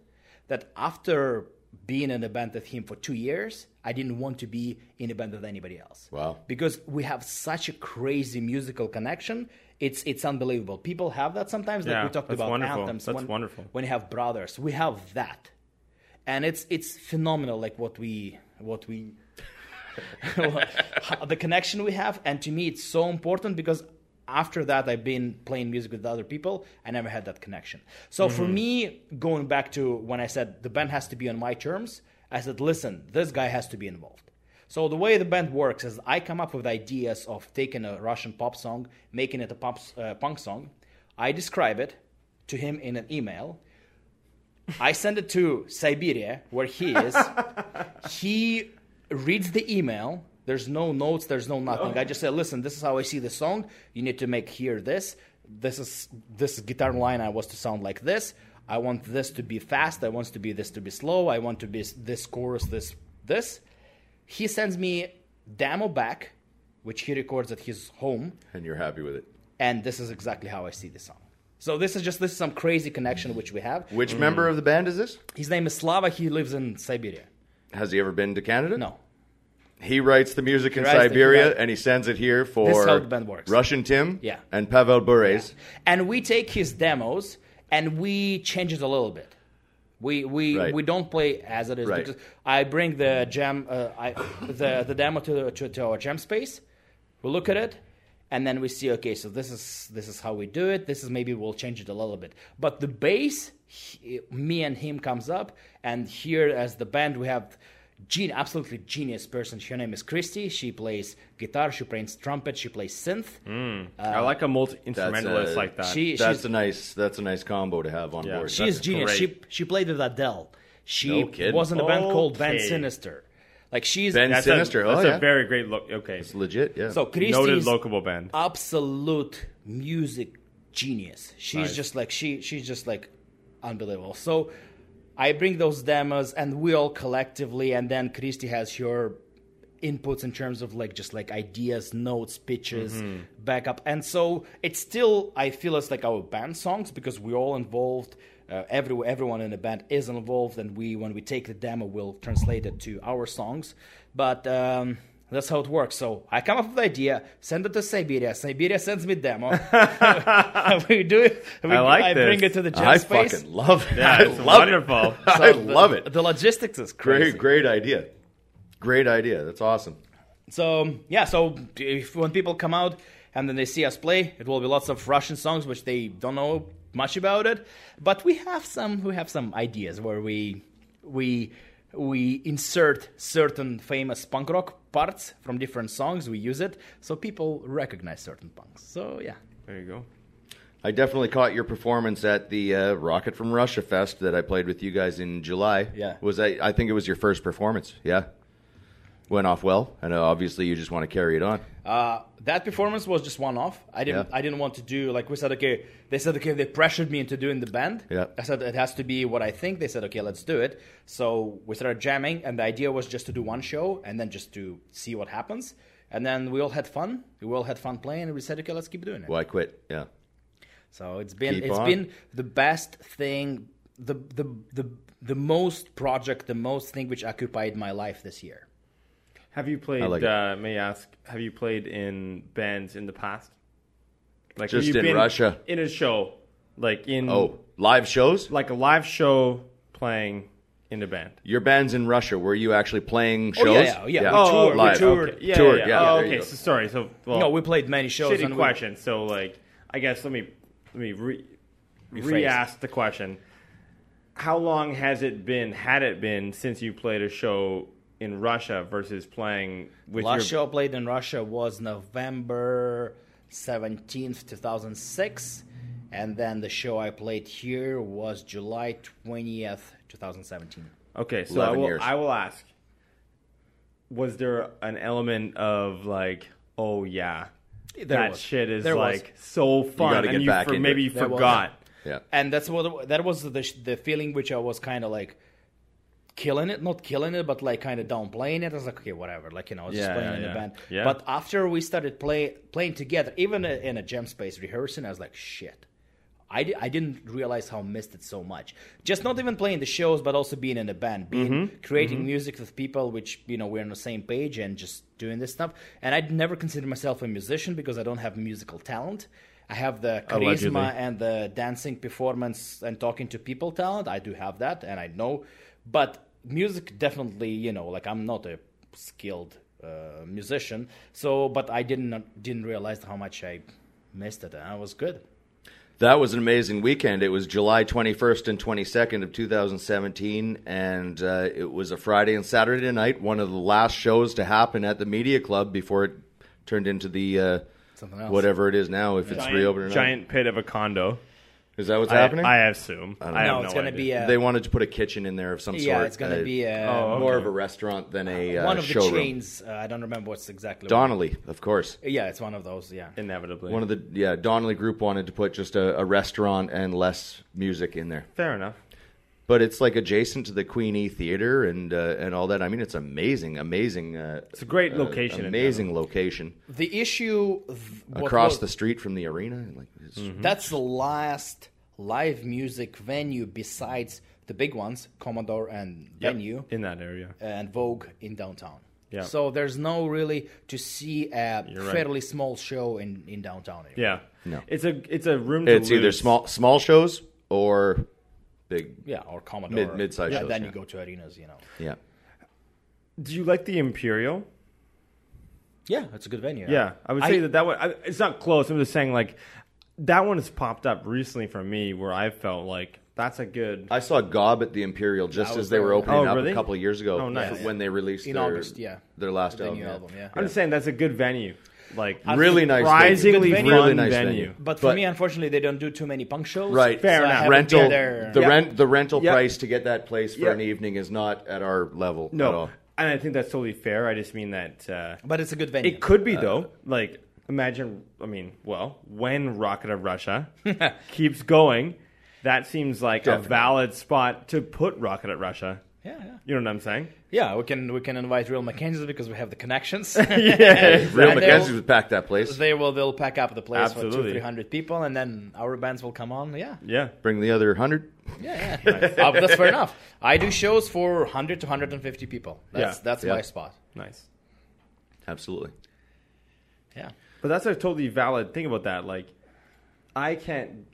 Speaker 2: that after being in a band with him for two years, I didn't want to be in a band with anybody else.
Speaker 1: Wow.
Speaker 2: Because we have such a crazy musical connection. It's it's unbelievable. People have that sometimes.
Speaker 3: Yeah,
Speaker 2: like we talked
Speaker 3: that's
Speaker 2: about
Speaker 3: wonderful.
Speaker 2: anthems.
Speaker 3: That's
Speaker 2: when,
Speaker 3: wonderful.
Speaker 2: When you have brothers, we have that, and it's it's phenomenal. Like what we what we the connection we have and to me it's so important because after that i've been playing music with other people i never had that connection so for me going back to when i said the band has to be on my terms i said listen this guy has to be involved so the way the band works is i come up with ideas of taking a russian pop song making it a pop, uh, punk song i describe it to him in an email I send it to Siberia, where he is. he reads the email. There's no notes, there's no nothing. I just say, listen, this is how I see the song. You need to make here this. This is this guitar line I was to sound like this. I want this to be fast. I want to be this to be slow. I want to be s- this chorus, this this. He sends me demo back, which he records at his home
Speaker 1: and you're happy with it.
Speaker 2: and this is exactly how I see the song. So this is just this is some crazy connection which we have.
Speaker 1: Which member of the band is this?
Speaker 2: His name is Slava. He lives in Siberia.
Speaker 1: Has he ever been to Canada?
Speaker 2: No,
Speaker 1: He writes the music in
Speaker 2: writes the- he
Speaker 1: Siberia
Speaker 2: writes-
Speaker 1: and he sends it here for
Speaker 2: This is how the band works.
Speaker 1: Russian Tim
Speaker 2: Yeah.
Speaker 1: and Pavel Bures.
Speaker 2: and we take his demos and we change it a little bit. We we
Speaker 1: Right.
Speaker 2: we don't play as it is
Speaker 1: Right.
Speaker 2: because I bring the jam uh, I, the the demo to, to to our jam space. We look at it. And then we see, okay, so this is this is how we do it. This is maybe we'll change it a little bit, but the bass, he, me and him comes up, and here as the band we have gen- absolutely genius person. Her name is Christy. She plays guitar, she plays trumpet, she plays synth.
Speaker 3: I like a multi instrumentalist
Speaker 1: uh,
Speaker 3: like that.
Speaker 2: She
Speaker 1: That's
Speaker 2: she's-
Speaker 1: a nice that's a nice combo to have on
Speaker 3: Yeah.
Speaker 1: board.
Speaker 2: She
Speaker 1: That's
Speaker 2: is genius.
Speaker 3: great.
Speaker 2: She she played with Adele. She
Speaker 1: No kidding.
Speaker 2: was in a band called Van
Speaker 3: Okay.
Speaker 2: Sinister. Like she's
Speaker 1: Ben
Speaker 3: that's
Speaker 1: Sinister.
Speaker 3: A,
Speaker 1: oh
Speaker 3: that's
Speaker 1: yeah.
Speaker 3: a very great look. Okay,
Speaker 1: It's legit, yeah.
Speaker 2: so
Speaker 3: noted
Speaker 2: Christy's
Speaker 3: local band.
Speaker 2: absolute music genius. She's just like she she's just like unbelievable. So I bring those demos and we all collectively and then Christy has her inputs in terms of like just like ideas, notes, pitches,
Speaker 1: Mm-hmm.
Speaker 2: backup. And so it's still I feel it's like our band songs because we're all involved. Uh, every, everyone in the band is involved, and we when we take the demo, we'll translate it to our songs. But um, that's how it works. So I come up with the idea, send it to Siberia. Siberia sends me demo. we do it. We,
Speaker 3: I like
Speaker 2: I bring
Speaker 3: this.
Speaker 2: it to the jazz
Speaker 1: I
Speaker 2: space.
Speaker 1: fucking love it.
Speaker 3: Yeah,
Speaker 1: I
Speaker 3: it's
Speaker 1: love
Speaker 3: wonderful.
Speaker 1: it. I
Speaker 2: So the-
Speaker 1: love it.
Speaker 2: The logistics is crazy.
Speaker 1: Great, great idea. Great idea. That's awesome.
Speaker 2: So yeah, so if when people come out and then they see us play, it will be lots of Russian songs which they don't know much about it. But we have some we have some ideas where we we we insert certain famous punk rock parts from different songs. We use it so people recognize certain punks. So yeah,
Speaker 3: There you go.
Speaker 1: I definitely caught your performance at the uh, Rocket from Russia Fest that I played with you guys in July.
Speaker 2: Yeah.
Speaker 1: was I? I think it was your first performance. Yeah, went off well, and uh, obviously you just want to carry it on.
Speaker 2: Uh, that performance was just one off. I didn't.
Speaker 1: Yeah.
Speaker 2: I didn't want to do like we said. Okay, they said okay. They pressured me into doing the band.
Speaker 1: Yeah.
Speaker 2: I said it has to be what I think. They said okay, let's do it. So we started jamming, and the idea was just to do one show and then just to see what happens. And then we all had fun. We all had fun playing, and we said okay, let's keep doing it.
Speaker 1: Why quit? Yeah,
Speaker 2: So it's been
Speaker 1: Keep
Speaker 2: it's
Speaker 1: on.
Speaker 2: been the best thing, the the the the most project, the most thing which occupied my life this year.
Speaker 3: Have you played?
Speaker 1: like it.
Speaker 3: uh, may I ask? Have you played in bands in the past? Like have
Speaker 1: Just
Speaker 3: you
Speaker 1: in Russia.
Speaker 3: in a show, like in
Speaker 1: Oh, live shows.
Speaker 3: like a live show playing in the band.
Speaker 1: Your band's in Russia. Were you actually playing shows?
Speaker 2: Oh, yeah, yeah, yeah. We toured, we
Speaker 1: live.
Speaker 2: toured.
Speaker 1: Okay.
Speaker 3: Yeah,
Speaker 1: toured. Yeah.
Speaker 3: yeah. yeah. Oh,
Speaker 1: there you
Speaker 3: okay.
Speaker 1: go.
Speaker 3: So sorry. So well,
Speaker 2: No, we played many shows.
Speaker 3: shitty
Speaker 2: and we-
Speaker 3: question. So like, I guess let me let me re re-ask the question. How long has it been? Had it been since you played a show in Russia versus playing with
Speaker 2: Last
Speaker 3: your?
Speaker 2: show played in Russia was November 17th, 2006. And then the show I played here was July 20th, 2017.
Speaker 3: Okay, so I
Speaker 1: 11
Speaker 3: will,
Speaker 1: years.
Speaker 3: I will ask. Was there an element of like, oh yeah,
Speaker 2: There
Speaker 3: that
Speaker 2: was.
Speaker 3: shit is
Speaker 2: There was.
Speaker 3: like so fun,
Speaker 1: gotta get
Speaker 3: and you
Speaker 1: back
Speaker 3: for,
Speaker 1: into
Speaker 3: maybe
Speaker 1: it.
Speaker 3: you
Speaker 2: There was.
Speaker 3: forgot.
Speaker 1: Yeah.
Speaker 2: And that's what that was the the feeling which I was kind of like killing it, not killing it, but like kind of downplaying it. I was like, okay, whatever, like you know, I was just
Speaker 3: Yeah,
Speaker 2: playing
Speaker 3: yeah,
Speaker 2: in
Speaker 3: yeah.
Speaker 2: the band.
Speaker 3: Yeah.
Speaker 2: But after we started play playing together, even in a jam space rehearsing, I was like, shit, I, di- I didn't realize how I missed it so much. Just not even playing the shows, but also being in a band, being
Speaker 3: Mm-hmm.
Speaker 2: creating music with people, which you know we're on the same page, and just doing this stuff. And I'd never consider myself a musician because I don't have musical talent. I have the charisma
Speaker 3: Allegedly.
Speaker 2: and the dancing performance and talking to people talent. I do have that, and I know, but music definitely, you know, like I'm not a skilled uh, musician. So, but I didn't didn't realize how much I missed it, and I was good.
Speaker 1: That was an amazing weekend. It was July 21st and 22nd of 2017, and uh, it was a Friday and Saturday night, one of the last shows to happen at the Media Club before it turned into the uh,
Speaker 2: Something else.
Speaker 1: whatever it is now, if it's reopened or not.
Speaker 3: giant pit of a condo.
Speaker 1: Is that what's
Speaker 3: I,
Speaker 1: happening?
Speaker 3: I assume. I, have
Speaker 2: no,
Speaker 3: no,
Speaker 2: it's gonna
Speaker 3: idea.
Speaker 2: be uh, a
Speaker 1: they wanted to put a kitchen in there of some sort.
Speaker 2: yeah, it's gonna
Speaker 1: uh,
Speaker 2: be a,
Speaker 3: Oh,
Speaker 1: more
Speaker 3: okay.
Speaker 1: of a restaurant than a uh,
Speaker 2: one of the
Speaker 1: showroom.
Speaker 2: chains. Uh, I don't remember what's exactly.
Speaker 1: Donnelly, of course.
Speaker 2: Yeah, it's one of those. Yeah.
Speaker 3: inevitably.
Speaker 1: One of the yeah, Donnelly Group wanted to put just a, a restaurant and less music in there.
Speaker 3: Fair enough.
Speaker 1: but it's like adjacent to the Queen E Theater and uh, and all that. I mean, it's amazing, amazing. Uh,
Speaker 3: It's a great location. in
Speaker 1: amazing location
Speaker 2: The issue th- what
Speaker 1: across
Speaker 2: was- Mm-hmm.
Speaker 1: the street from the arena. and, Like, it's-
Speaker 3: Hmm.
Speaker 2: That's the last live music venue besides the big ones, Commodore and
Speaker 3: Denver.
Speaker 2: Venue
Speaker 3: in that area.
Speaker 2: and Vogue in downtown.
Speaker 3: Yeah.
Speaker 2: So there's no really to see a
Speaker 3: You're right.
Speaker 2: fairly small show in, in downtown. area.
Speaker 3: Yeah.
Speaker 1: No.
Speaker 3: It's a it's a room. To
Speaker 1: it's either
Speaker 3: lose.
Speaker 1: small small shows or big.
Speaker 2: Yeah, or Commodore.
Speaker 1: Mid- mid-sized
Speaker 2: yeah,
Speaker 1: shows,
Speaker 2: Then
Speaker 1: yeah.
Speaker 2: you go to arenas, you know.
Speaker 1: Yeah,
Speaker 3: Do you like the Imperial?
Speaker 2: Yeah, it's a good venue.
Speaker 3: Yeah, I would say that that one. I, it's not close. I'm just saying like that one has popped up recently for me where I felt like that's a good.
Speaker 1: I saw Gob at the Imperial just
Speaker 2: That
Speaker 1: as
Speaker 2: was
Speaker 1: they were
Speaker 2: there.
Speaker 1: opening
Speaker 3: Oh,
Speaker 1: up
Speaker 3: really?
Speaker 1: a couple of years ago.
Speaker 3: Oh, nice.
Speaker 1: for- when they released
Speaker 2: In
Speaker 1: their,
Speaker 2: August, yeah.
Speaker 1: their last
Speaker 2: The
Speaker 1: album.
Speaker 2: new album, yeah.
Speaker 3: I'm just saying that's a good venue. Like
Speaker 1: Really nice venue.
Speaker 3: surprisingly
Speaker 2: Good venue.
Speaker 3: fun
Speaker 1: Really nice
Speaker 3: venue.
Speaker 1: venue.
Speaker 2: But for
Speaker 1: But-
Speaker 2: me, unfortunately, they don't do too many punk shows.
Speaker 1: Right.
Speaker 3: Fair
Speaker 2: so I
Speaker 3: enough.
Speaker 2: haven't
Speaker 1: Rental
Speaker 2: been there.
Speaker 1: the
Speaker 3: Yeah.
Speaker 1: rent the rental
Speaker 3: Yeah.
Speaker 1: price to get that place for
Speaker 3: Yeah.
Speaker 1: an evening is not at our level at
Speaker 3: No,
Speaker 1: all.
Speaker 3: and I think that's totally fair. I just mean that uh,
Speaker 2: But it's a good venue.
Speaker 3: it could
Speaker 1: Uh,
Speaker 3: be though. Like imagine, I mean, well, when Rocket of Russia keeps going, that seems like
Speaker 1: Definitely.
Speaker 3: a valid spot to put Rocket at Russia.
Speaker 2: Yeah, yeah.
Speaker 3: You know what I'm saying?
Speaker 2: Yeah, we can we can invite real McKenzie because we have the connections.
Speaker 1: Real
Speaker 2: And
Speaker 1: McKenzie
Speaker 2: they'll-
Speaker 1: would pack that place.
Speaker 2: They will they'll pack up the place for two
Speaker 3: Absolutely.
Speaker 2: three hundred people, and then our bands will come on. Yeah,
Speaker 3: Yeah.
Speaker 1: Bring the other hundred.
Speaker 2: yeah, yeah. Uh, that's fair enough. I do shows for hundred to hundred and fifty people. That's
Speaker 3: Yeah.
Speaker 2: that's
Speaker 1: Yeah.
Speaker 2: my spot.
Speaker 3: Nice.
Speaker 1: Absolutely.
Speaker 2: Yeah,
Speaker 3: But that's a totally valid thing about that. Like, I can't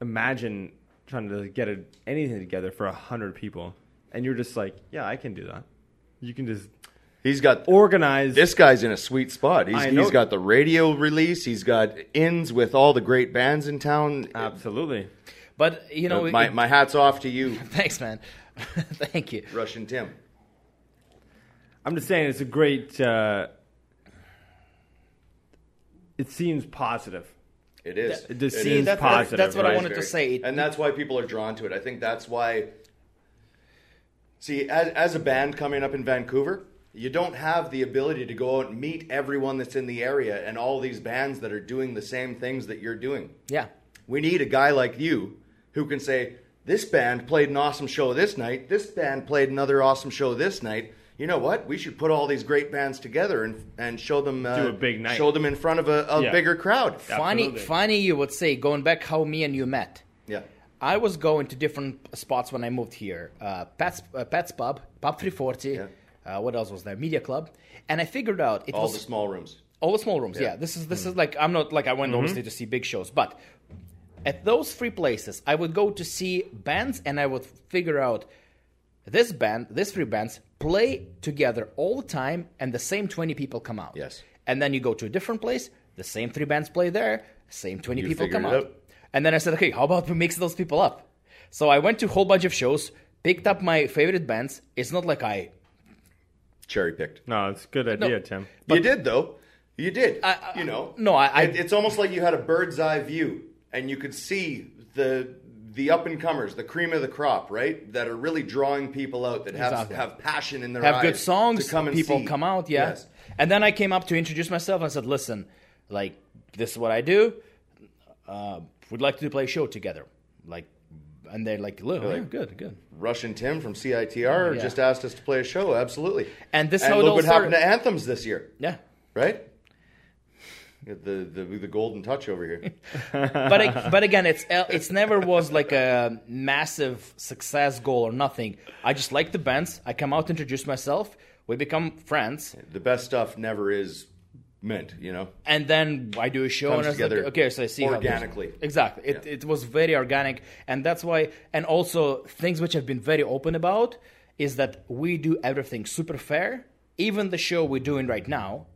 Speaker 3: imagine trying to get a, anything together for a hundred people, and you're just like, yeah, I can do that. You can just
Speaker 1: He's got
Speaker 3: organize.
Speaker 1: this guy's in a sweet spot. He's,
Speaker 3: I know.
Speaker 1: he's got the radio release. He's got ins with all the great bands in town.
Speaker 3: Absolutely.
Speaker 2: but you know,
Speaker 1: Uh,
Speaker 2: it-
Speaker 1: my, my hat's off to you,
Speaker 2: thanks, man. Thank you.
Speaker 1: Russian Tim.
Speaker 3: I'm just saying, it's a great. Uh, it seems positive.
Speaker 1: It is.
Speaker 3: It just
Speaker 1: It
Speaker 3: seems
Speaker 1: is.
Speaker 2: that- that's-
Speaker 3: positive.
Speaker 2: that's what I
Speaker 3: right?
Speaker 2: wanted to say.
Speaker 1: And that's why people are drawn to it. I think that's why. See, as, as a band coming up in Vancouver, you don't have the ability to go out and meet everyone that's in the area and all these bands that are doing the same things that you're doing.
Speaker 2: Yeah,
Speaker 1: We need a guy like you who can say, This band played an awesome show this night. This band played another awesome show this night. You know what? We should put all these great bands together and and show them uh,
Speaker 3: Do a big night.
Speaker 1: Show them in front of a, a
Speaker 3: Yeah.
Speaker 1: bigger crowd.
Speaker 2: funny,
Speaker 3: Absolutely.
Speaker 2: funny. You would say going back how me and you met.
Speaker 1: Yeah.
Speaker 2: I was going to different spots when I moved here. Uh, Pat's, uh, Pat's Pub, Pub 340. Uh, what else was there? Media Club. And I figured out it
Speaker 1: All
Speaker 2: was
Speaker 1: the small rooms.
Speaker 2: all the small rooms. Yeah, this is
Speaker 1: Mm-hmm.
Speaker 2: this is like I'm not like I went obviously to see big shows, but at those three places, I would go to see bands, and I would figure out this band, these three bands play together all the time, and the same twenty people come out.
Speaker 1: Yes.
Speaker 2: and then you go to a different place, the same three bands play there, same twenty
Speaker 1: You
Speaker 2: people
Speaker 1: figure
Speaker 2: come
Speaker 1: it
Speaker 2: out.
Speaker 1: out.
Speaker 2: And then I said, okay, how about we mix those people up? So I went to a whole bunch of shows, picked up my favorite bands. It's not like I
Speaker 1: Cherry picked.
Speaker 3: No, it's a good idea, Tim.
Speaker 1: you did though. You did.
Speaker 2: I- I-
Speaker 1: you know.
Speaker 2: no, I- I-
Speaker 1: It- it's almost like you had a bird's eye view, and you could see the the up and comers, the cream of the crop, right? That are really drawing people out that have
Speaker 2: Exactly.
Speaker 1: have passion in their
Speaker 2: have
Speaker 1: eyes
Speaker 2: good songs.
Speaker 1: to come and
Speaker 2: people
Speaker 1: see.
Speaker 2: come out, yeah. And then I came up to introduce myself. and I said, "Listen, like this is what I do. Uh, would like to play a show together." Like, and they're like, "Look, yeah, good, good."
Speaker 1: Russian Tim from CITR
Speaker 2: Yeah.
Speaker 1: just asked us to play a show. Absolutely.
Speaker 2: And this
Speaker 1: and
Speaker 2: how it
Speaker 1: look
Speaker 2: all
Speaker 1: what happened
Speaker 2: started.
Speaker 1: to anthems this year,
Speaker 2: Yeah,
Speaker 1: right? The, the the golden touch over here.
Speaker 2: but ag- but again, it's uh, it's never was like a massive success goal or nothing. I just like the bands. I come out, introduce myself. We become friends,
Speaker 1: the best stuff never is meant, you know.
Speaker 2: and then I do a show
Speaker 1: Comes
Speaker 2: and it's like,
Speaker 1: together
Speaker 2: okay, so I see how this-
Speaker 1: organically.
Speaker 2: exactly. It it was very organic, and that's why. And also things which I've been very open about is that we do everything super fair. Even the show we're doing right now,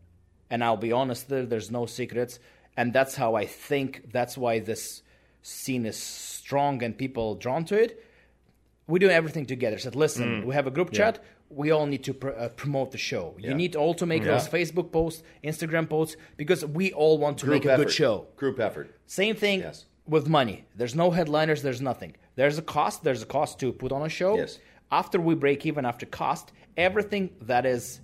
Speaker 2: and I'll be honest, there, there's no secrets, and that's how I think. That's why this scene is strong and people drawn to it. We do everything together. Said,
Speaker 1: Mm.
Speaker 2: listen, we have a group chat. We all need to pr- uh, promote the show. You need all to make those Facebook posts, Instagram posts, because we all want to
Speaker 1: Group
Speaker 2: make a
Speaker 1: effort.
Speaker 2: good show.
Speaker 1: Group effort.
Speaker 2: Same thing
Speaker 1: Yes.
Speaker 2: with money. There's no headliners, there's nothing. There's a cost, there's a cost to put on a show.
Speaker 1: Yes.
Speaker 2: After we break even, after cost, everything that is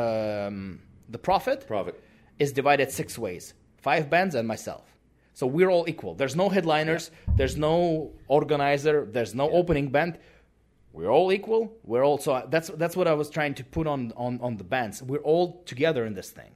Speaker 2: um, the profit
Speaker 1: Profit.
Speaker 2: is divided six ways five bands and myself. So we're all equal. There's no headliners, there's no organizer, there's no opening band. We're all equal. We're all so that's that's what I was trying to put on on on the bands. We're all together in this thing.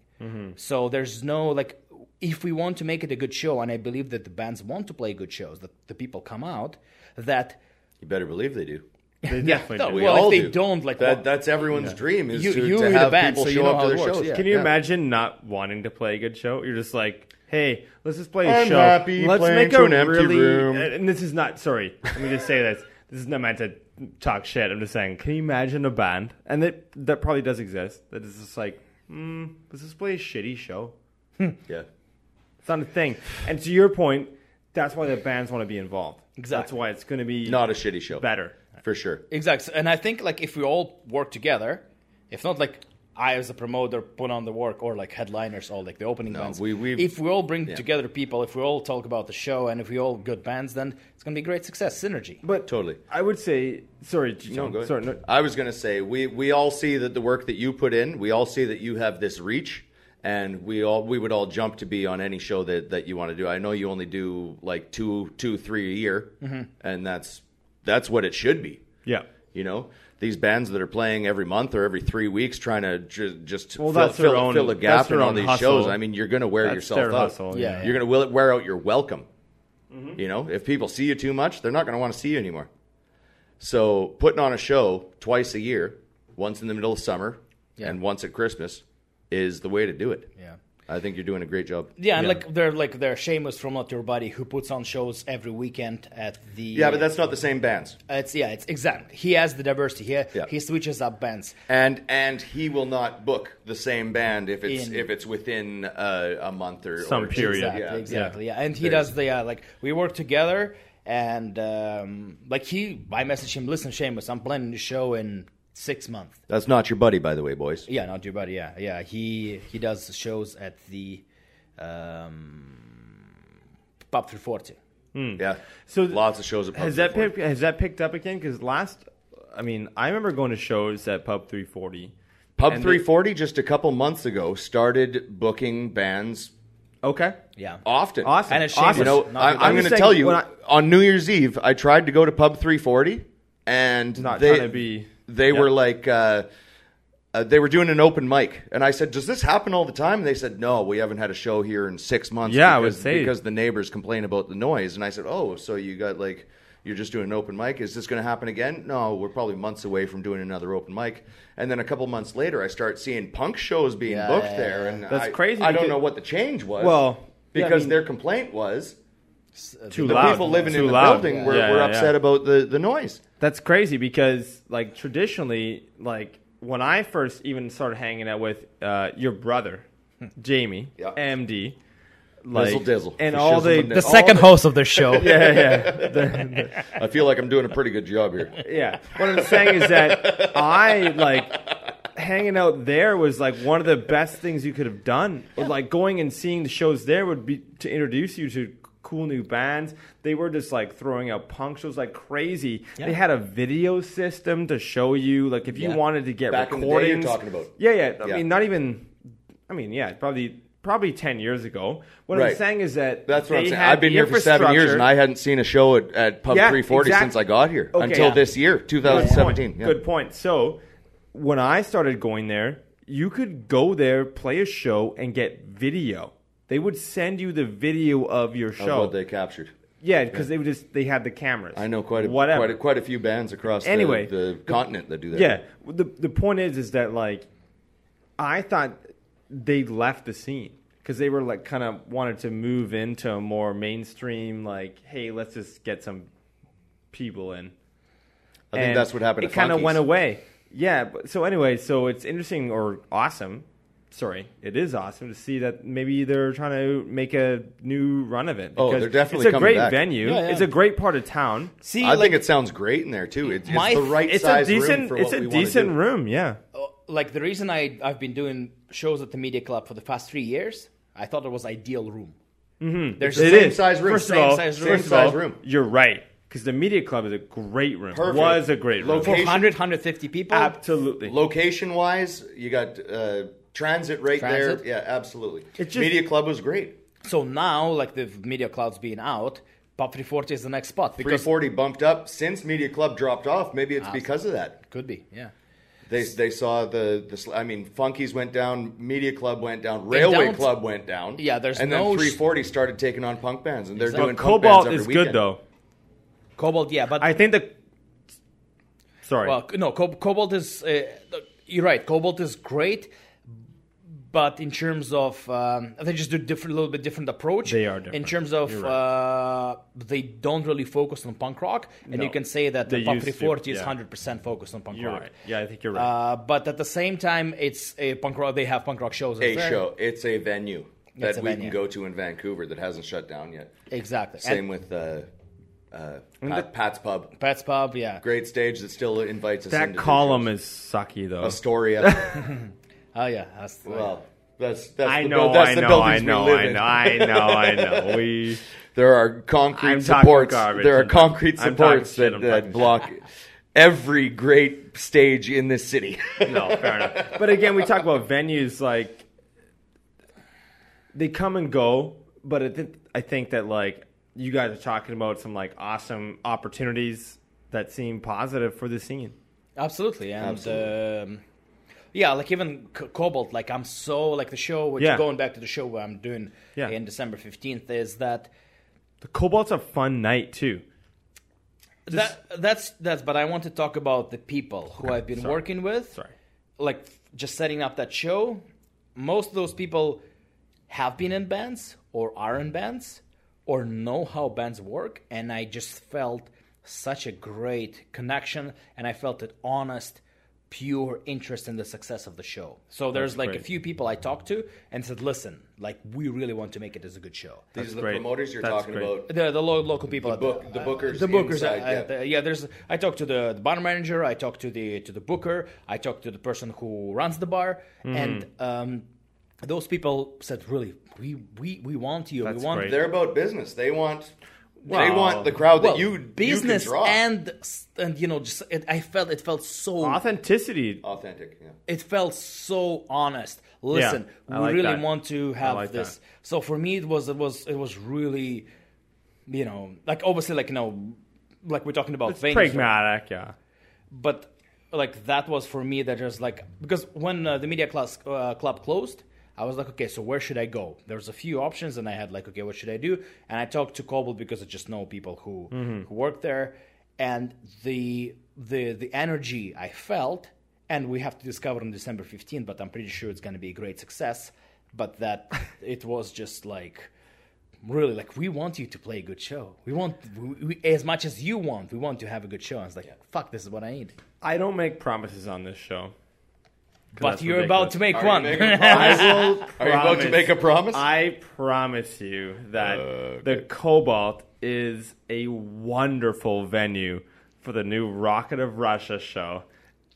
Speaker 2: So there's no like if we want to make it a good show, and I believe that the bands want to play good shows, that the people come out, that
Speaker 1: You better believe they do.
Speaker 3: They
Speaker 2: Yeah,
Speaker 3: definitely
Speaker 2: no,
Speaker 3: do.
Speaker 1: We
Speaker 2: well, if
Speaker 1: all
Speaker 2: they
Speaker 1: do.
Speaker 2: don't, like,
Speaker 1: that,
Speaker 2: what-
Speaker 1: that's everyone's dream is
Speaker 2: You-
Speaker 1: to,
Speaker 2: you
Speaker 1: to
Speaker 2: were the
Speaker 1: have
Speaker 2: band,
Speaker 1: people
Speaker 2: so
Speaker 1: show
Speaker 2: you know
Speaker 1: up
Speaker 2: how
Speaker 1: to
Speaker 2: it
Speaker 1: their
Speaker 2: works,
Speaker 1: shows.
Speaker 2: yeah.
Speaker 3: Can you imagine not wanting to play a good show? You're just like, hey, let's just play a
Speaker 1: I'm
Speaker 3: show.
Speaker 1: happy
Speaker 3: let's
Speaker 1: playing
Speaker 3: make
Speaker 1: to
Speaker 3: a
Speaker 1: an empty
Speaker 3: really,
Speaker 1: room.
Speaker 3: And this is not. Sorry, let me just say this. This is not meant to talk shit. I'm just saying. Can you imagine a band? And that that probably does exist. That is just like, mm, let's just play a shitty show.
Speaker 1: Yeah.
Speaker 3: It's not a thing. And to your point, that's why the bands want to be involved. That's
Speaker 2: Exactly.
Speaker 3: why it's going to be
Speaker 1: Not a shitty show.
Speaker 3: better.
Speaker 1: For sure.
Speaker 2: Exactly. And I think like if we all work together, if not like I as a promoter put on the work or like headliners or like the opening bands.
Speaker 1: we- we've-
Speaker 2: if we all bring together people, if we all talk about the show and if we all good bands, then it's gonna be great success. Synergy.
Speaker 3: But
Speaker 1: Totally.
Speaker 3: I would say sorry.
Speaker 1: No, go ahead.
Speaker 3: sorry. No,
Speaker 1: I was going to say we we all see that the work that you put in, we all see that you have this reach, and we all we would all jump to be on any show that that you want to do. I know you only do like two two three a year,
Speaker 2: Mm-hmm.
Speaker 1: and that's that's what it should be.
Speaker 3: yeah.
Speaker 1: You know, these bands that are playing every month or every three weeks, trying to ju- just
Speaker 3: Well,
Speaker 1: fill,
Speaker 3: that's their
Speaker 1: fill,
Speaker 3: own-
Speaker 1: fill a
Speaker 3: that's
Speaker 1: gap
Speaker 3: their
Speaker 1: in all
Speaker 3: own
Speaker 1: these
Speaker 3: hustle.
Speaker 1: shows. I mean, you're going to wear
Speaker 3: That's
Speaker 1: yourself
Speaker 3: their
Speaker 1: out.
Speaker 3: hustle, Mm-hmm.
Speaker 2: yeah.
Speaker 1: You're going to wear out your welcome. You know, if people see you too much, they're not going to want to see you anymore. So putting on a show twice a year, once in the middle of summer
Speaker 2: Yeah.
Speaker 1: and once at Christmas, is the way to do it.
Speaker 2: Yeah.
Speaker 1: I think you're doing a great job.
Speaker 2: Yeah, and like they're like they're Seamus from Not Your Body who puts on shows every weekend at the
Speaker 1: Yeah, but that's not the same bands.
Speaker 2: it's yeah, it's exactly. He has the diversity here.
Speaker 1: Yeah.
Speaker 2: He switches up bands.
Speaker 1: And and he will not book the same band if it's
Speaker 2: In-
Speaker 1: if it's within uh, a month or
Speaker 3: Some
Speaker 1: or two.
Speaker 3: period.
Speaker 2: Exactly,
Speaker 1: Yeah.
Speaker 2: exactly. Yeah. and he
Speaker 1: There.
Speaker 2: does the uh, like we work together, and um, like he, I message him, listen, Seamus, I'm planning the show in six months.
Speaker 1: That's not your buddy, by the way, boys.
Speaker 2: Yeah, not your buddy. Yeah, yeah. He he does shows at the um, Pub 340.
Speaker 1: Yeah.
Speaker 3: Mm. So
Speaker 1: lots of shows at Pub
Speaker 3: Has that
Speaker 1: 340.
Speaker 3: pick, has that picked up again? Because last, I mean, I remember going to shows at Pub 340.
Speaker 1: Pub
Speaker 3: and
Speaker 1: 340 just a couple months ago started booking bands
Speaker 3: Okay.
Speaker 2: Yeah,
Speaker 1: often.
Speaker 3: Awesome.
Speaker 2: And it's
Speaker 3: awesome.
Speaker 1: You know,
Speaker 2: Not
Speaker 1: I,
Speaker 2: good.
Speaker 1: I'm
Speaker 3: I'm
Speaker 1: going
Speaker 3: just
Speaker 1: to
Speaker 3: saying
Speaker 1: tell you,
Speaker 3: when I-
Speaker 1: on New Year's Eve, I tried to go to Pub 340, and
Speaker 3: Not
Speaker 1: they,
Speaker 3: trying to be-
Speaker 1: they
Speaker 3: Yep.
Speaker 1: were like, uh, uh, they were doing an open mic, and I said, "Does this happen all the time?" And they said, "No, we haven't had a show here in six months."
Speaker 3: Yeah, I
Speaker 1: because,
Speaker 3: would say-
Speaker 1: because the neighbors complain about the noise. And I said, "Oh, so you got like you're just doing an open mic? Is this going to happen again?" No, we're probably months away from doing another open mic. And then a couple months later, I start seeing punk shows being
Speaker 2: Yeah,
Speaker 1: booked
Speaker 2: yeah,
Speaker 1: there,
Speaker 2: yeah.
Speaker 1: and
Speaker 3: That's
Speaker 1: I-
Speaker 3: crazy
Speaker 1: I don't
Speaker 3: because-
Speaker 1: know what the change was.
Speaker 3: Well, yeah, I
Speaker 1: because
Speaker 3: mean-
Speaker 1: their complaint was
Speaker 2: uh,
Speaker 3: Too
Speaker 1: the
Speaker 3: loud.
Speaker 1: people living
Speaker 3: Too
Speaker 1: in the
Speaker 3: loud.
Speaker 1: building
Speaker 3: Yeah.
Speaker 1: were,
Speaker 3: Yeah,
Speaker 1: were
Speaker 3: yeah,
Speaker 1: upset
Speaker 3: yeah.
Speaker 1: about the, the noise.
Speaker 3: That's crazy because, like, traditionally, like, when I first even started hanging out with uh, your brother, Jamie,
Speaker 1: Hmm. Yeah.
Speaker 3: MD, like,
Speaker 1: Nizzle dizzle.
Speaker 3: and
Speaker 1: For
Speaker 3: all
Speaker 1: shizzle
Speaker 3: they,
Speaker 1: and
Speaker 2: the
Speaker 1: all
Speaker 2: second
Speaker 1: the-
Speaker 2: host of the show.
Speaker 3: yeah, yeah,
Speaker 1: I feel like I'm doing a pretty good job here.
Speaker 3: yeah. What I'm saying is that I like hanging out there was like one of the best things you could have done. Or, Like going and seeing the shows there would be to introduce you to cool new bands. They were just like throwing out punk shows like crazy. They had a video system to show you like if you
Speaker 2: Yeah.
Speaker 3: wanted to get
Speaker 1: Back in the day you're
Speaker 3: recordings.
Speaker 1: talking about.
Speaker 3: Yeah, yeah. I
Speaker 1: Yeah.
Speaker 3: mean, not even. I mean, yeah, probably. Probably ten years ago. What
Speaker 1: Right.
Speaker 3: I'm saying is that
Speaker 1: That's what I'm
Speaker 3: they
Speaker 1: saying.
Speaker 3: had
Speaker 1: I've been
Speaker 3: the
Speaker 1: here for seven years
Speaker 3: infrastructure.
Speaker 1: and I hadn't seen a show at, at Pub
Speaker 3: Yeah,
Speaker 1: 340
Speaker 3: exactly.
Speaker 1: since I got here
Speaker 3: Okay,
Speaker 1: until
Speaker 3: yeah.
Speaker 1: this year,
Speaker 3: Good
Speaker 1: 2017.
Speaker 3: point.
Speaker 1: Yeah.
Speaker 3: Good point. So when I started going there, you could go there, play a show, and get video. They would send you the video of your
Speaker 1: Of
Speaker 3: show.
Speaker 1: what they captured.
Speaker 3: yeah, because they would just they had the cameras.
Speaker 1: I know quite a,
Speaker 3: Whatever.
Speaker 1: quite a, quite a few bands across
Speaker 3: Anyway,
Speaker 1: the, the continent that do that.
Speaker 3: Yeah. The the point is is that like I thought they left the scene cuz they were like kind of wanted to move into a more mainstream like hey, let's just get some people in.
Speaker 1: I think
Speaker 3: And
Speaker 1: that's what happened.
Speaker 3: It
Speaker 1: to
Speaker 3: kind of
Speaker 1: Funkies.
Speaker 3: went away. Yeah, but, so anyway, so it's interesting or awesome. Sorry, it is awesome to see that maybe they're trying to make a new run of it.
Speaker 1: Oh,
Speaker 3: because
Speaker 1: they're definitely
Speaker 3: It's a
Speaker 1: coming
Speaker 3: great
Speaker 1: back.
Speaker 3: venue.
Speaker 2: Yeah, yeah.
Speaker 3: It's a great part of town.
Speaker 2: See,
Speaker 1: I
Speaker 2: like,
Speaker 1: think it sounds great in there too. It, it's
Speaker 2: My-
Speaker 1: the right
Speaker 3: It's a
Speaker 1: size
Speaker 3: decent.
Speaker 1: room for
Speaker 3: it's
Speaker 1: what
Speaker 3: a
Speaker 1: we wanna
Speaker 3: decent
Speaker 1: do.
Speaker 3: room. Yeah.
Speaker 2: uh, like the reason I I've been doing shows at the Media Club for the past three years, I thought it was ideal room. Mm-hmm. There's
Speaker 3: It
Speaker 2: same
Speaker 3: is.
Speaker 1: size room.
Speaker 3: First of
Speaker 2: Same
Speaker 3: all,
Speaker 2: size room.
Speaker 3: first
Speaker 1: Same
Speaker 3: of all,
Speaker 1: size room.
Speaker 3: You're right. Because the media club is a great room.
Speaker 1: Perfect.
Speaker 3: Was a great room.
Speaker 1: Location-
Speaker 2: 400, 150 people.
Speaker 3: Absolutely.
Speaker 1: Location wise, you got uh, transit right
Speaker 2: Transit.
Speaker 1: there. Yeah, absolutely.
Speaker 3: It just-
Speaker 1: Media Club was great.
Speaker 2: So now, like the media cloud's being out, Pop 340 is the next spot because Ah.
Speaker 1: 340 bumped up since Media Club dropped off. Maybe it's because of that.
Speaker 2: could be, yeah.
Speaker 1: They they saw the the sl- I mean Funkies went down, Media Club went down, Railway
Speaker 2: don't-
Speaker 1: Club went down.
Speaker 2: Yeah, there's
Speaker 1: and
Speaker 2: no
Speaker 1: then
Speaker 2: sh-
Speaker 1: 340 started taking on punk bands, and they're
Speaker 2: Exactly.
Speaker 1: doing
Speaker 3: But
Speaker 1: punk
Speaker 3: Cobalt
Speaker 1: bands every
Speaker 3: is
Speaker 1: weekend.
Speaker 3: good though.
Speaker 2: Cobalt, yeah, but
Speaker 3: I think the. Sorry.
Speaker 2: well, no, Co- Cobalt is. Uh, look, you're right. Cobalt is great, but in terms of um, they just do different, a little bit different approach.
Speaker 3: They are
Speaker 2: In
Speaker 3: different.
Speaker 2: terms of uh, they don't really focus on punk rock, and
Speaker 3: No.
Speaker 2: you can say that
Speaker 3: They
Speaker 2: the Pop
Speaker 3: used to,
Speaker 2: 340 is
Speaker 3: yeah.
Speaker 2: 100 percent focused on punk
Speaker 3: you're
Speaker 2: rock.
Speaker 3: right. Yeah, I think you're right.
Speaker 2: Uh, but at the same time, it's a punk rock. They have punk rock shows. as
Speaker 1: A
Speaker 2: well.
Speaker 1: show, it's a venue that
Speaker 2: It's a
Speaker 1: we
Speaker 2: venue.
Speaker 1: can go to in Vancouver that hasn't shut down yet.
Speaker 2: exactly.
Speaker 1: Same
Speaker 2: and
Speaker 1: with uh, uh, Pat, Pat's Pub,
Speaker 2: Pat's Pub, yeah.
Speaker 1: great stage that still invites us.
Speaker 3: that
Speaker 1: into new
Speaker 3: column
Speaker 1: shows.
Speaker 3: is sucky though.
Speaker 1: Astoria.
Speaker 2: Oh yeah, that's,
Speaker 1: well, that's that's
Speaker 3: I
Speaker 1: the,
Speaker 3: know,
Speaker 1: buil- that's
Speaker 3: I
Speaker 1: the
Speaker 3: know, I
Speaker 1: buildings
Speaker 3: know,
Speaker 1: we live
Speaker 3: I
Speaker 1: in.
Speaker 3: know, I know, I know. We
Speaker 1: There are concrete
Speaker 3: I'm talking
Speaker 1: supports.
Speaker 3: garbage.
Speaker 1: There are
Speaker 3: I'm talking-
Speaker 1: concrete
Speaker 3: I'm talking
Speaker 1: supports
Speaker 3: shit.
Speaker 1: that,
Speaker 3: I'm talking
Speaker 1: that
Speaker 3: shit.
Speaker 1: block every great stage in this city.
Speaker 3: no, fair enough. But again, we talk about venues like they come and go, but I think I think that like you guys are talking about some like awesome opportunities that seem positive for the scene.
Speaker 2: Absolutely, and Um, yeah, like even C- Cobalt, like I'm so like the show. Which
Speaker 3: Yeah.
Speaker 2: going back to the show where I'm doing
Speaker 3: Yeah.
Speaker 2: in December fifteenth is that
Speaker 3: The Cobalt's a fun night too.
Speaker 2: that that's that's. But I want to talk about the people who I've been working with.
Speaker 3: Sorry.
Speaker 2: like f- just setting up that show. Most of those people have been in bands or are in bands or know how bands work, and I just felt such a great connection, and I felt an honest, pure interest in the success of the show. So there's like a
Speaker 3: great.
Speaker 2: few people I talked to and said, "Listen, like we really want to make it as a good show."
Speaker 1: These are the
Speaker 3: great.
Speaker 1: promoters you're
Speaker 3: That's
Speaker 1: talking
Speaker 3: great.
Speaker 1: about.
Speaker 2: The, the lo- local people, at
Speaker 1: book- the bookers
Speaker 2: Uh, the bookers,
Speaker 1: inside,
Speaker 2: at- at
Speaker 1: yeah.
Speaker 2: the- yeah. There's, I talked to the, the bar manager, I talked to the to the booker, I talked to the person who runs the bar,
Speaker 3: Mm-hmm.
Speaker 2: and um, those people said, really, we we, we want you,
Speaker 3: That's
Speaker 2: we want
Speaker 3: great.
Speaker 1: They're about business. They want they
Speaker 3: Well-
Speaker 1: want the crowd that
Speaker 2: well,
Speaker 1: you
Speaker 2: business
Speaker 1: you can draw.
Speaker 2: and s- and you know, just it, I felt it felt
Speaker 3: Oh,
Speaker 2: so
Speaker 3: Authenticity.
Speaker 1: Oh, authentic. Yeah.
Speaker 2: it felt so honest. Listen,
Speaker 3: I
Speaker 2: we
Speaker 3: like
Speaker 2: really
Speaker 3: that.
Speaker 2: want to have
Speaker 3: like
Speaker 2: this.
Speaker 3: that.
Speaker 2: So for me, it was it was it was really, you know, like obviously, like you know, like we're talking about
Speaker 3: It's
Speaker 2: venues,
Speaker 3: pragmatic, yeah.
Speaker 2: but like that was for me that just like because when uh, the media class uh, club closed. I was like, okay, so where should I go? There's a few options, and I had like, okay, what should I do? And I talked to Cobalt because I just know people who who work there, and the the the energy I felt, and we have to discover on December 15th, but I'm pretty sure it's going to be a great success. But that it was just like really like we want you to play a good show. We want we, we, as much as you want. We want to have a good show. I was like, fuck, this is what I need.
Speaker 3: I don't make promises on this show. 'Cause
Speaker 2: But
Speaker 3: that's
Speaker 2: you're
Speaker 3: ridiculous.
Speaker 2: about to make
Speaker 1: Are you
Speaker 2: one.
Speaker 1: making a promise? Are you about to make
Speaker 3: promise.
Speaker 1: a promise?
Speaker 3: I promise you that the Cobalt is a wonderful venue for the new Rocket of Russia show.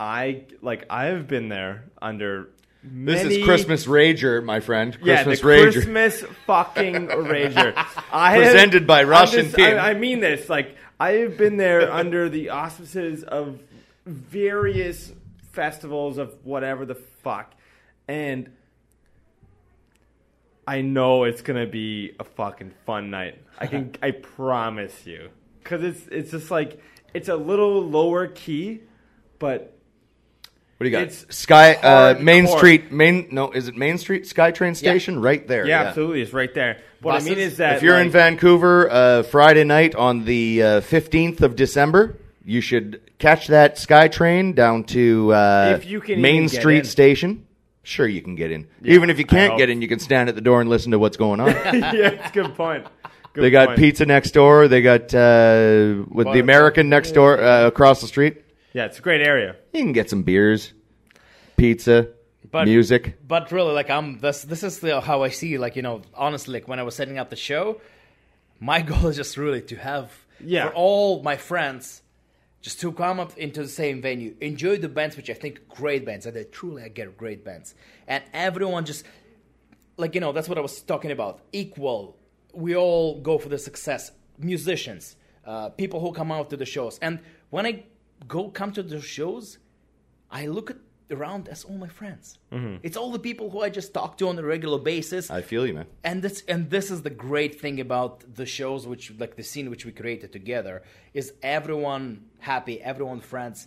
Speaker 3: I like I've been there under
Speaker 1: this
Speaker 3: many-
Speaker 1: is Christmas Rager, my friend.
Speaker 3: Yeah,
Speaker 1: Christmas
Speaker 3: the
Speaker 1: Rager.
Speaker 3: Christmas fucking Rager. I have-
Speaker 1: Presented by
Speaker 3: I'm
Speaker 1: Russian
Speaker 3: just-
Speaker 1: Team.
Speaker 3: I, I mean this. Like I have been there under the auspices of various festivals of whatever the fuck, and I know it's gonna be a fucking fun night. I can, I promise you, because it's it's just like it's a little lower key, but
Speaker 1: What do you got?
Speaker 3: It's
Speaker 1: Sky uh,
Speaker 3: hardcore.
Speaker 1: Main Street. Main no, is it Main Street? SkyTrain station, right there.
Speaker 3: Yeah, absolutely. It's right there. What I mean
Speaker 2: Buses?
Speaker 3: is that
Speaker 1: If you're in
Speaker 3: like,
Speaker 1: Vancouver uh, Friday night on the uh, 15th of December, you should catch that SkyTrain down to uh,
Speaker 3: If you can
Speaker 1: Main
Speaker 3: even get
Speaker 1: Street
Speaker 3: in.
Speaker 1: station. Sure, you can get in. even if you can't
Speaker 3: hope.
Speaker 1: get in, you can stand at the door and listen to what's going on.
Speaker 3: yeah, it's a good point. Good
Speaker 1: They got
Speaker 3: point.
Speaker 1: pizza next door. They got uh, with the American next door uh, across the street.
Speaker 3: Yeah, it's a great area.
Speaker 1: You can get some beers, pizza,
Speaker 2: But-
Speaker 1: music.
Speaker 2: but really like i'm this this is the, how i see like you know honestly like when i was setting up the show my goal is just really to have
Speaker 3: Yeah.
Speaker 2: for all my friends just to come up into the same venue enjoy the bands which i think great bands and they truly i get great bands and everyone just like you know that's what i was talking about equal we all go for the success musicians uh, people who come out to the shows and when i go come to the shows i look at around as all my friends it's all the people who i just talk to on a regular basis
Speaker 1: I feel you, man.
Speaker 2: and this and this is the great thing about the shows which like the scene which we created together is everyone happy everyone friends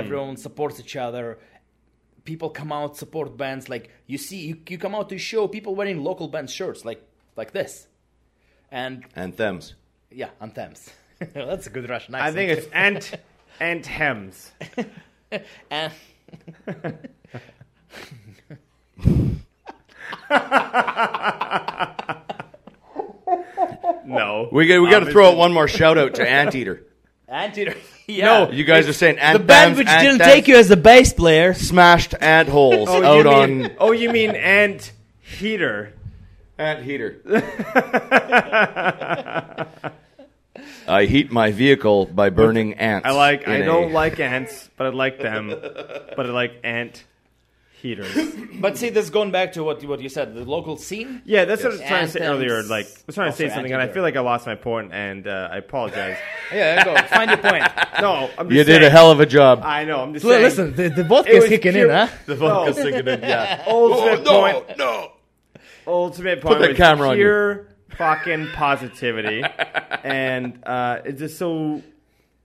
Speaker 2: everyone supports each other people come out support bands like you see you, you come out to a show people wearing local band shirts like like this and
Speaker 1: And Thames.
Speaker 2: yeah on Thames that's a good Russian
Speaker 3: I
Speaker 2: accent
Speaker 3: think it's Ant Ant Hems.
Speaker 2: and
Speaker 3: No, Um,
Speaker 1: We got, we got to throw out one more shout out to Anteater.
Speaker 2: Anteater yeah
Speaker 3: No,
Speaker 1: You guys are saying
Speaker 2: the
Speaker 1: Ant
Speaker 2: band
Speaker 1: Thames,
Speaker 2: which
Speaker 1: Ant
Speaker 2: didn't
Speaker 1: Thames,
Speaker 2: take you as the bass player
Speaker 1: smashed ant holes
Speaker 3: Oh,
Speaker 1: out
Speaker 3: you mean,
Speaker 1: on
Speaker 3: oh, you mean Ant Heater?
Speaker 1: ant heater. I heat my vehicle by burning ants.
Speaker 3: I like. I
Speaker 1: in a-
Speaker 3: don't like ants, but I like them. but I like Ant Heaters.
Speaker 2: But see, this going back to what what you said, the local scene.
Speaker 3: Yeah, that's what I was trying to say
Speaker 2: Anthems.
Speaker 3: earlier. Like, I was trying to
Speaker 2: Also
Speaker 3: say something, and I
Speaker 2: antidote.
Speaker 3: feel like I lost my point, and uh, I apologize.
Speaker 2: Yeah, go find your point.
Speaker 3: no, I'm just
Speaker 1: You
Speaker 3: saying,
Speaker 1: did a hell of a job.
Speaker 3: I know. I'm just
Speaker 2: Well, listen,
Speaker 3: saying.
Speaker 2: the, the vodka
Speaker 3: It
Speaker 2: is
Speaker 3: was
Speaker 2: kicking
Speaker 3: pure-
Speaker 2: in, huh?
Speaker 1: The
Speaker 3: vodka's
Speaker 1: no. singing in, yeah. Oh,
Speaker 3: Ultimate point.
Speaker 1: no.
Speaker 3: Ultimate point.
Speaker 1: that
Speaker 3: was
Speaker 1: camera on you.
Speaker 3: pure fucking positivity, and uh, it's just so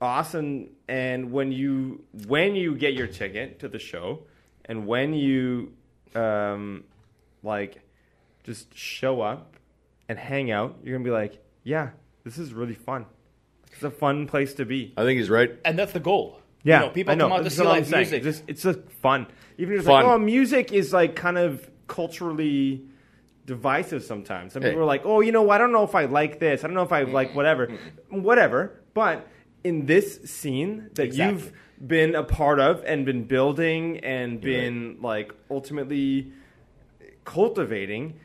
Speaker 3: awesome. And when you when you get your ticket to the show, and when you um, like just show up and hang out, you're gonna be like, yeah, this is really fun. It's a fun place to be.
Speaker 1: I think he's right.
Speaker 2: And that's the goal.
Speaker 3: Yeah,
Speaker 2: you know, people
Speaker 3: I know.
Speaker 2: come out to
Speaker 3: This is
Speaker 2: see
Speaker 3: what I'm
Speaker 2: live
Speaker 3: saying.
Speaker 2: music.
Speaker 3: Just, it's just fun. Even if it's
Speaker 1: Fun.
Speaker 3: like, oh, music is like kind of culturally divisive sometimes. Some
Speaker 1: Hey.
Speaker 3: people are like, oh, you know, I don't know if I like this. I don't know if I like whatever, whatever. But in this scene that
Speaker 2: Exactly.
Speaker 3: you've been a part of and been building and been like ultimately cultivating,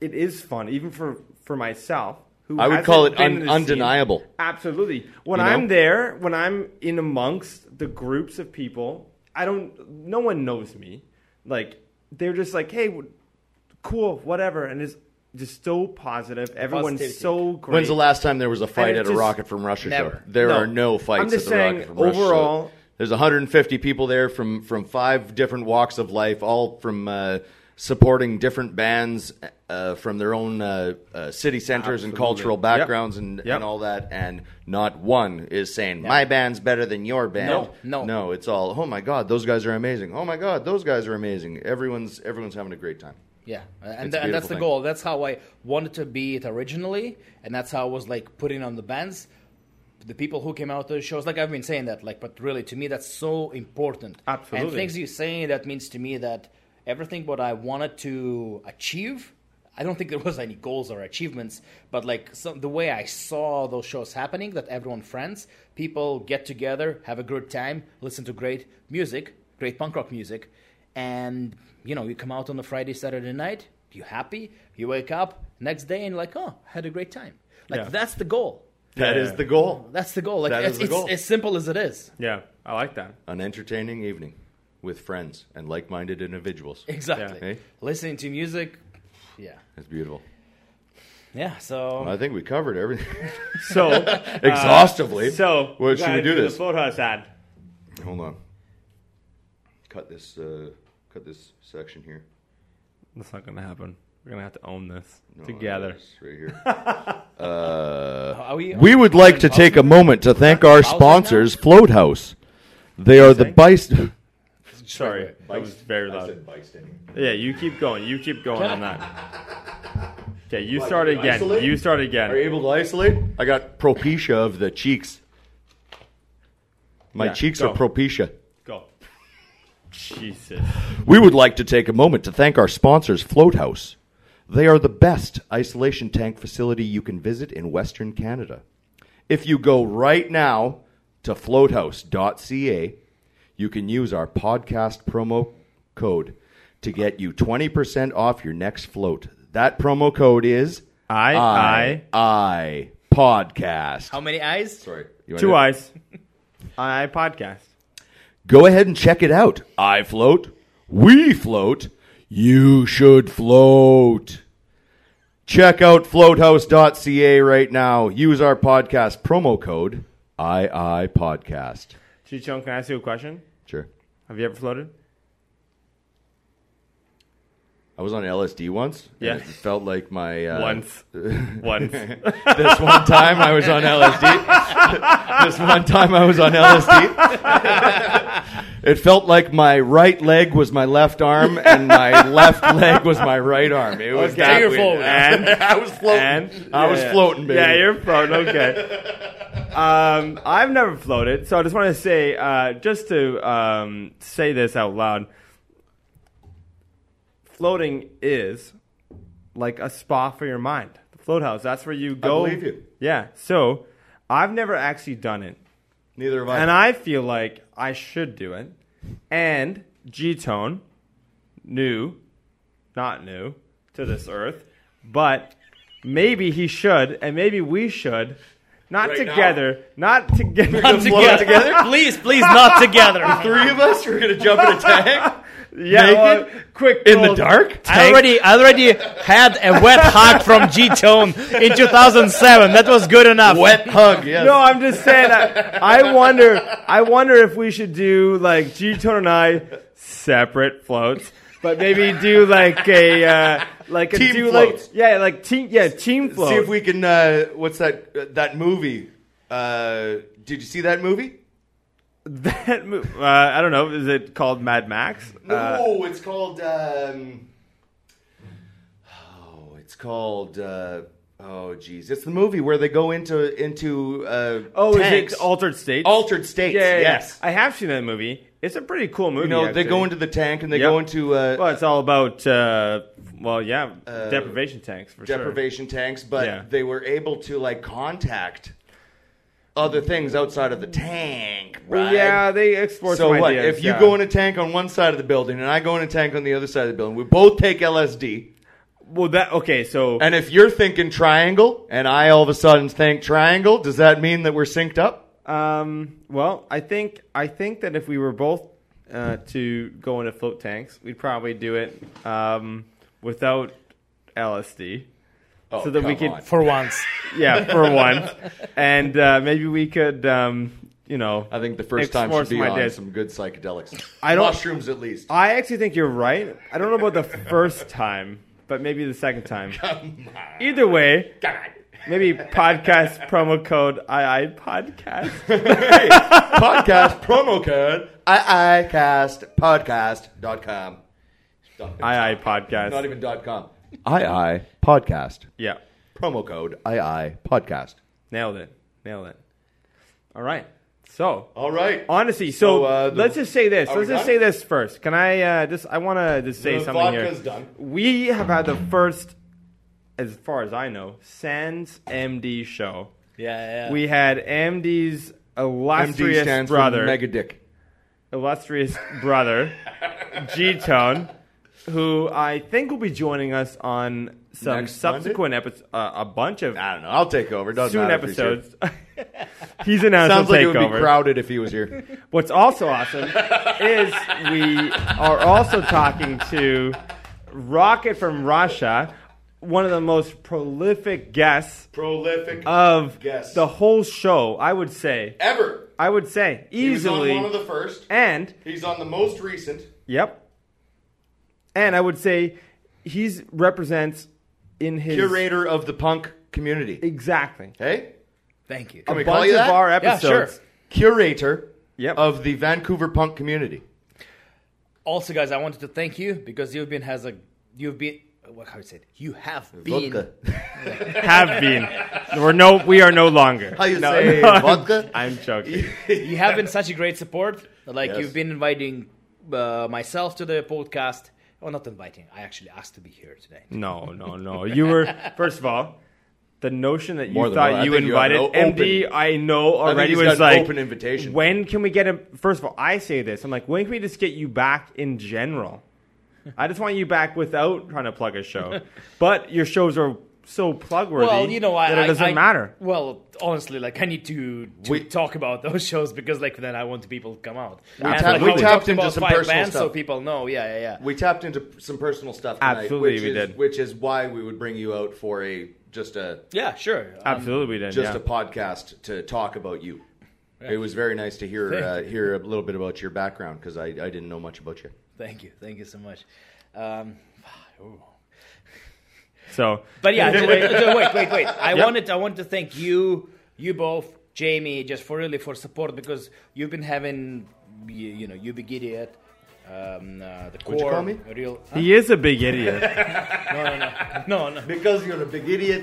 Speaker 3: it is fun, even for for myself. Who
Speaker 1: I would
Speaker 3: hasn't
Speaker 1: call it
Speaker 3: been
Speaker 1: un-
Speaker 3: in the scene.
Speaker 1: undeniable.
Speaker 3: Absolutely. When
Speaker 1: You know?
Speaker 3: I'm there, when I'm in amongst the groups of people, I don't. No one knows me. Like they're just like, hey, w- cool, whatever, and it's just so positive. Everyone's
Speaker 2: Positivity.
Speaker 3: so great.
Speaker 1: When's the last time there was a fight
Speaker 3: And it
Speaker 1: at a
Speaker 3: just-
Speaker 1: Rocket from Russia
Speaker 2: Never.
Speaker 1: show? There
Speaker 3: No.
Speaker 1: are no fights
Speaker 3: I'm just
Speaker 1: at the
Speaker 3: saying,
Speaker 1: Rocket from Russia
Speaker 3: overall-
Speaker 1: show. There's 150 people there from from five different walks of life, all from uh, supporting different bands uh, from their own uh, uh, city centers and
Speaker 3: Absolutely.
Speaker 1: cultural
Speaker 3: Yep.
Speaker 1: backgrounds and,
Speaker 3: Yep.
Speaker 1: and all that, and not one is saying my band's better than your band.
Speaker 2: No, no.
Speaker 1: no. It's all oh my god, those guys are amazing. Oh my god, those guys are amazing. Everyone's everyone's having a great time.
Speaker 2: yeah, and,
Speaker 1: It's a
Speaker 2: and that's
Speaker 1: beautiful
Speaker 2: the
Speaker 1: thing.
Speaker 2: goal. That's how I wanted to be it originally, and that's how I was like putting on the bands. The people who came out to the shows, like I've been saying that, like, but really to me that's so important. And
Speaker 3: Absolutely.
Speaker 2: things you say that means to me that everything what I wanted to achieve, I don't think there was any goals or achievements, but like some, the way I saw those shows happening, that everyone friends, people get together, have a good time, listen to great music, great punk rock music, and you know you come out on a Friday, Saturday night, you happy, you wake up next day and like oh had a great time, like
Speaker 3: Yeah.
Speaker 2: that's the goal.
Speaker 1: That
Speaker 3: Yeah.
Speaker 1: is the goal.
Speaker 2: That's the goal. Like
Speaker 1: That
Speaker 2: it's,
Speaker 1: is the
Speaker 2: it's
Speaker 1: goal.
Speaker 2: as simple as it is.
Speaker 3: yeah, I like that.
Speaker 1: an entertaining evening with friends and like-minded individuals.
Speaker 2: Exactly.
Speaker 1: Yeah. Eh?
Speaker 2: Listening to music. Yeah.
Speaker 1: That's beautiful.
Speaker 2: Yeah. So
Speaker 1: I think we covered everything
Speaker 3: So
Speaker 1: Uh, exhaustively.
Speaker 3: so
Speaker 1: Well, should we
Speaker 3: gotta
Speaker 1: do
Speaker 3: the
Speaker 1: this?
Speaker 3: photos ad?
Speaker 1: Hold on. Cut this. Uh, cut this section here.
Speaker 3: That's not gonna happen. We're gonna have to own this
Speaker 1: No,
Speaker 3: together.
Speaker 1: it's Right here.
Speaker 2: are we?
Speaker 1: Uh, We would like to take a moment to thank our sponsors, Float House. They are the
Speaker 3: Amazing.
Speaker 1: best.
Speaker 3: Sorry,
Speaker 2: wait.
Speaker 3: that was very
Speaker 1: I
Speaker 3: loud.
Speaker 1: said bystander.
Speaker 3: Yeah, you keep going. You keep going on that. Okay, you
Speaker 1: Like,
Speaker 3: start
Speaker 1: you
Speaker 3: again.
Speaker 1: isolate?
Speaker 3: You start again.
Speaker 1: Are you able to isolate? I got propecia of the cheeks. My
Speaker 3: Yeah,
Speaker 1: cheeks
Speaker 3: go.
Speaker 1: are propecia.
Speaker 3: Go. Jesus.
Speaker 1: We would like to take a moment to thank our sponsors, Float House. They are the best isolation tank facility you can visit in Western Canada. If you go right now to floathouse.ca, you can use our podcast promo code to get you 20% off your next float. That promo code is
Speaker 3: I-
Speaker 1: I, I podcast.
Speaker 2: How many eyes?
Speaker 1: Sorry. You wanna
Speaker 3: Two
Speaker 1: do-
Speaker 3: eyes. I podcast.
Speaker 1: Go ahead and check it out. I float. We float. You should float. Check out floathouse.ca right now. Use our podcast promo code II podcast.
Speaker 3: Chichon, can I ask you a question?
Speaker 1: Sure.
Speaker 3: Have you ever floated?
Speaker 1: I was on LSD once. and
Speaker 3: Yeah.
Speaker 1: It felt like my. Uh,
Speaker 3: Once. Once.
Speaker 1: This one time I was on LSD. this one time I was on LSD. it felt like my right leg was my left arm and my left leg was my right arm. It was
Speaker 3: Okay.
Speaker 1: that
Speaker 2: You're
Speaker 1: weird.
Speaker 2: floating.
Speaker 3: And-
Speaker 1: I was floating.
Speaker 3: And
Speaker 1: I was
Speaker 3: Yeah.
Speaker 1: floating, baby.
Speaker 3: Yeah, you're floating. Okay. um, I've never floated, so I just want to say, uh, just to um, say this out loud, floating is like a spa for your mind. The float house. That's where you go.
Speaker 1: believe you.
Speaker 3: Yeah. So I've never actually done it,
Speaker 1: Neither of I.
Speaker 3: and I feel like I should do it. And G Tone, new, not new to this earth, but maybe he should, and maybe we should, not
Speaker 1: Right now?
Speaker 3: together, not together.
Speaker 2: Not together. please, please, not together.
Speaker 1: Three of us are going to jump in a tank
Speaker 3: yeah, well,
Speaker 1: Naked?
Speaker 3: quick
Speaker 1: in the
Speaker 3: little-
Speaker 1: dark?
Speaker 2: I already, I already had a wet hug from G Tone in 2007. That was good enough.
Speaker 1: Wet hug, yes.
Speaker 3: No, I'm just saying. I, I wonder. I wonder if we should do like G Tone and I separate floats, but maybe do like a uh, like a
Speaker 1: Team
Speaker 3: do
Speaker 1: floats.
Speaker 3: like yeah like team yeah team float.
Speaker 1: See if we can. Uh, what's that? Uh, that movie. Uh, did you see that movie?
Speaker 3: that move. Uh, I don't know. Is it called Mad Max?
Speaker 1: No,
Speaker 3: Uh,
Speaker 1: it's called. Um, oh, it's called. Uh, oh, geez, it's the movie where they go into into. Uh,
Speaker 3: oh,
Speaker 1: tanks.
Speaker 3: is it altered states?
Speaker 1: altered states?
Speaker 3: Yeah, yeah, yeah.
Speaker 1: yes.
Speaker 3: I have seen that movie. It's a pretty cool movie.
Speaker 1: You know, they go
Speaker 3: actually.
Speaker 1: into the tank and they
Speaker 3: Yep.
Speaker 1: go into uh,
Speaker 3: Well, it's all about uh, well, yeah, deprivation tanks for
Speaker 1: deprivation tanks, but
Speaker 3: Yeah.
Speaker 1: they were able to like contact other things outside of the tank.
Speaker 3: sure.
Speaker 1: Right?
Speaker 3: Yeah, they explore
Speaker 1: So
Speaker 3: some
Speaker 1: what?
Speaker 3: ideas,
Speaker 1: if you
Speaker 3: yeah.
Speaker 1: go in a tank on one side of the building and I go in a tank on the other side of the building, we both take LSD.
Speaker 3: well, that okay, so
Speaker 1: And if you're thinking triangle and I all of a sudden think triangle, does that mean that we're synced up?
Speaker 3: Um, well, I think I think that if we were both uh, to go into float tanks, we'd probably do it um, without LSD,
Speaker 1: Oh,
Speaker 3: so that we
Speaker 1: come
Speaker 3: could,
Speaker 1: on.
Speaker 2: For once,
Speaker 3: yeah, for one, and uh, maybe we could, um, you know,
Speaker 1: I think the first time
Speaker 3: explore
Speaker 1: should be
Speaker 3: some
Speaker 1: on
Speaker 3: ideas.
Speaker 1: some good psychedelics.
Speaker 3: I don't-
Speaker 1: mushrooms at least.
Speaker 3: I actually think you're right. I don't know about the first time, but maybe the second time. Either way, maybe podcast promo code II podcast.
Speaker 1: podcast promo code iicastpodcast.com.
Speaker 3: II podcast.
Speaker 1: Not even dot com. II podcast.
Speaker 3: yeah.
Speaker 1: Promo code II podcast.
Speaker 3: Nailed it. Nailed it. All right. So,
Speaker 1: All right.
Speaker 3: honestly, so,
Speaker 1: So, uh, the-
Speaker 3: let's just say this.
Speaker 1: Are
Speaker 3: Let's
Speaker 1: we
Speaker 3: just
Speaker 1: done?
Speaker 3: say this first. Can I uh, just? I want to just say
Speaker 1: The
Speaker 3: something here.
Speaker 1: vodka's done.
Speaker 3: We have had the first, as far as I know, Sans MD show.
Speaker 2: yeah, yeah.
Speaker 3: We had MD's illustrious
Speaker 1: MD stands
Speaker 3: brother,
Speaker 1: for Mega Dick.
Speaker 3: illustrious brother, G Tone, who I think will be joining us on some
Speaker 1: Next Ah,
Speaker 3: subsequent episodes, uh, a bunch of
Speaker 1: I don't know. I'll take over. Doesn't
Speaker 3: soon
Speaker 1: matter if he's here.
Speaker 3: episodes. He's announced
Speaker 1: Sounds
Speaker 3: he'll
Speaker 1: like it
Speaker 3: take
Speaker 1: would
Speaker 3: over.
Speaker 1: be crowded if he was here.
Speaker 3: What's also awesome is we are also talking to Rocket from Russia, one of the most prolific guests
Speaker 1: Prolific
Speaker 3: of
Speaker 1: Guest.
Speaker 3: the whole show. I would say,
Speaker 1: ever.
Speaker 3: I would say easily,
Speaker 1: He was on one of the first.
Speaker 3: and
Speaker 1: He's on the most recent.
Speaker 3: yep, and I would say he's represents in his
Speaker 1: Curator of the punk community.
Speaker 3: exactly
Speaker 1: Hey?
Speaker 2: Thank you.
Speaker 1: Can we
Speaker 3: bunch
Speaker 1: call you
Speaker 3: of
Speaker 1: that?
Speaker 3: our
Speaker 2: Yeah, sure.
Speaker 3: episodes.
Speaker 1: Curator
Speaker 3: Yep.
Speaker 1: of the Vancouver punk community.
Speaker 2: also, guys, I wanted to thank you because you've been has a you've been what how do you say it? You have been
Speaker 4: Vodka.
Speaker 3: Have been. We're no. We are no longer.
Speaker 4: How you
Speaker 3: no,
Speaker 4: say
Speaker 3: no,
Speaker 4: vodka?
Speaker 3: I'm joking.
Speaker 2: you have been such a great support. Like
Speaker 4: Yes.
Speaker 2: you've been inviting uh, myself to the podcast. Well, not inviting. I actually asked to be here today.
Speaker 3: No, no, no. You were first of all. The notion that you
Speaker 1: More than one. I
Speaker 3: thought you
Speaker 1: think you have
Speaker 3: invited
Speaker 1: an o-
Speaker 3: MD, I know already
Speaker 1: he's
Speaker 3: was
Speaker 1: got an
Speaker 3: like
Speaker 1: open invitation.
Speaker 3: When can we get a? First of all, I say this. I'm like, when can we just get you back in general? I just want you back without trying to plug a show. but your shows are so plug worthy.
Speaker 2: Well, you know, I,
Speaker 3: that it
Speaker 2: I-
Speaker 3: doesn't
Speaker 2: I-
Speaker 3: matter.
Speaker 2: Well, honestly, like I need to, to
Speaker 1: We-
Speaker 2: talk about those shows because, like, then I want people to come out. We,
Speaker 1: tapped-
Speaker 2: like,
Speaker 1: we
Speaker 2: how
Speaker 1: tapped
Speaker 2: talked
Speaker 1: into
Speaker 2: about
Speaker 1: some
Speaker 2: five
Speaker 1: personal
Speaker 2: bands so
Speaker 1: stuff.
Speaker 2: people know. Yeah, yeah, yeah.
Speaker 1: We tapped into some personal stuff tonight,
Speaker 3: Absolutely,
Speaker 1: which
Speaker 3: we
Speaker 1: is,
Speaker 3: did.
Speaker 1: Which is why we would bring you out for a just a
Speaker 2: Yeah, sure.
Speaker 1: Uh,
Speaker 3: Absolutely, we didn't.
Speaker 1: just
Speaker 3: yeah.
Speaker 1: a podcast to talk about you. It was very nice to hear uh, hear a little bit about your background because I, I didn't know much about you.
Speaker 2: Thank you, thank you so much. Um, ooh.
Speaker 3: so,
Speaker 2: But yeah, d- d- d- wait, wait, wait. I wanted I wanted to thank you, you both, Jamie, just for really for support because you've been having, you, you know, you big idiot, um, uh, the core,
Speaker 1: What'd you call me?
Speaker 2: real.
Speaker 3: he is a big idiot.
Speaker 2: No, no, no, no, no.
Speaker 1: Because you're a big idiot.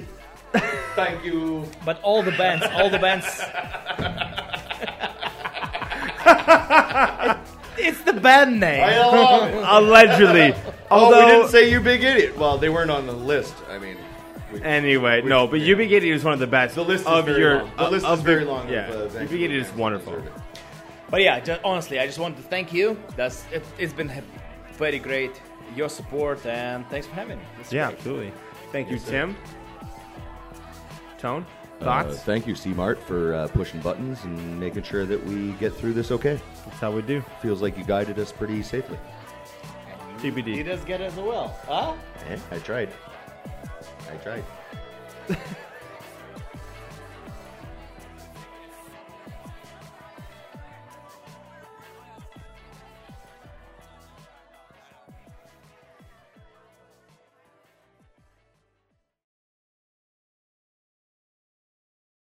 Speaker 1: Thank you.
Speaker 2: But all the bands, all the bands. it's the band name. Oh.
Speaker 3: allegedly. Although,
Speaker 1: oh, we didn't say you big idiot. Well, they weren't on the list. I mean, we,
Speaker 3: anyway, no, but you Yubi Giddy is one of the best.
Speaker 1: the list is
Speaker 3: of
Speaker 1: very
Speaker 3: your,
Speaker 1: long. The list
Speaker 3: of
Speaker 1: is very long.
Speaker 3: Yeah,
Speaker 1: of, uh,
Speaker 3: Yubi Giddy is wonderful.
Speaker 2: But yeah, ju- honestly, I just wanted to thank you. That's it, it's been he- very great. Your support and thanks for having me. It's
Speaker 3: Yeah,
Speaker 2: great.
Speaker 3: absolutely. Thank you, Tim. Tone, thoughts?
Speaker 1: Uh, thank you, C Mart, for uh, pushing buttons and making sure that we get through this okay.
Speaker 3: That's how we do.
Speaker 1: Feels like you guided us pretty safely.
Speaker 2: He
Speaker 3: TBD.
Speaker 2: does get it as well, huh?
Speaker 1: Eh, I tried. I tried.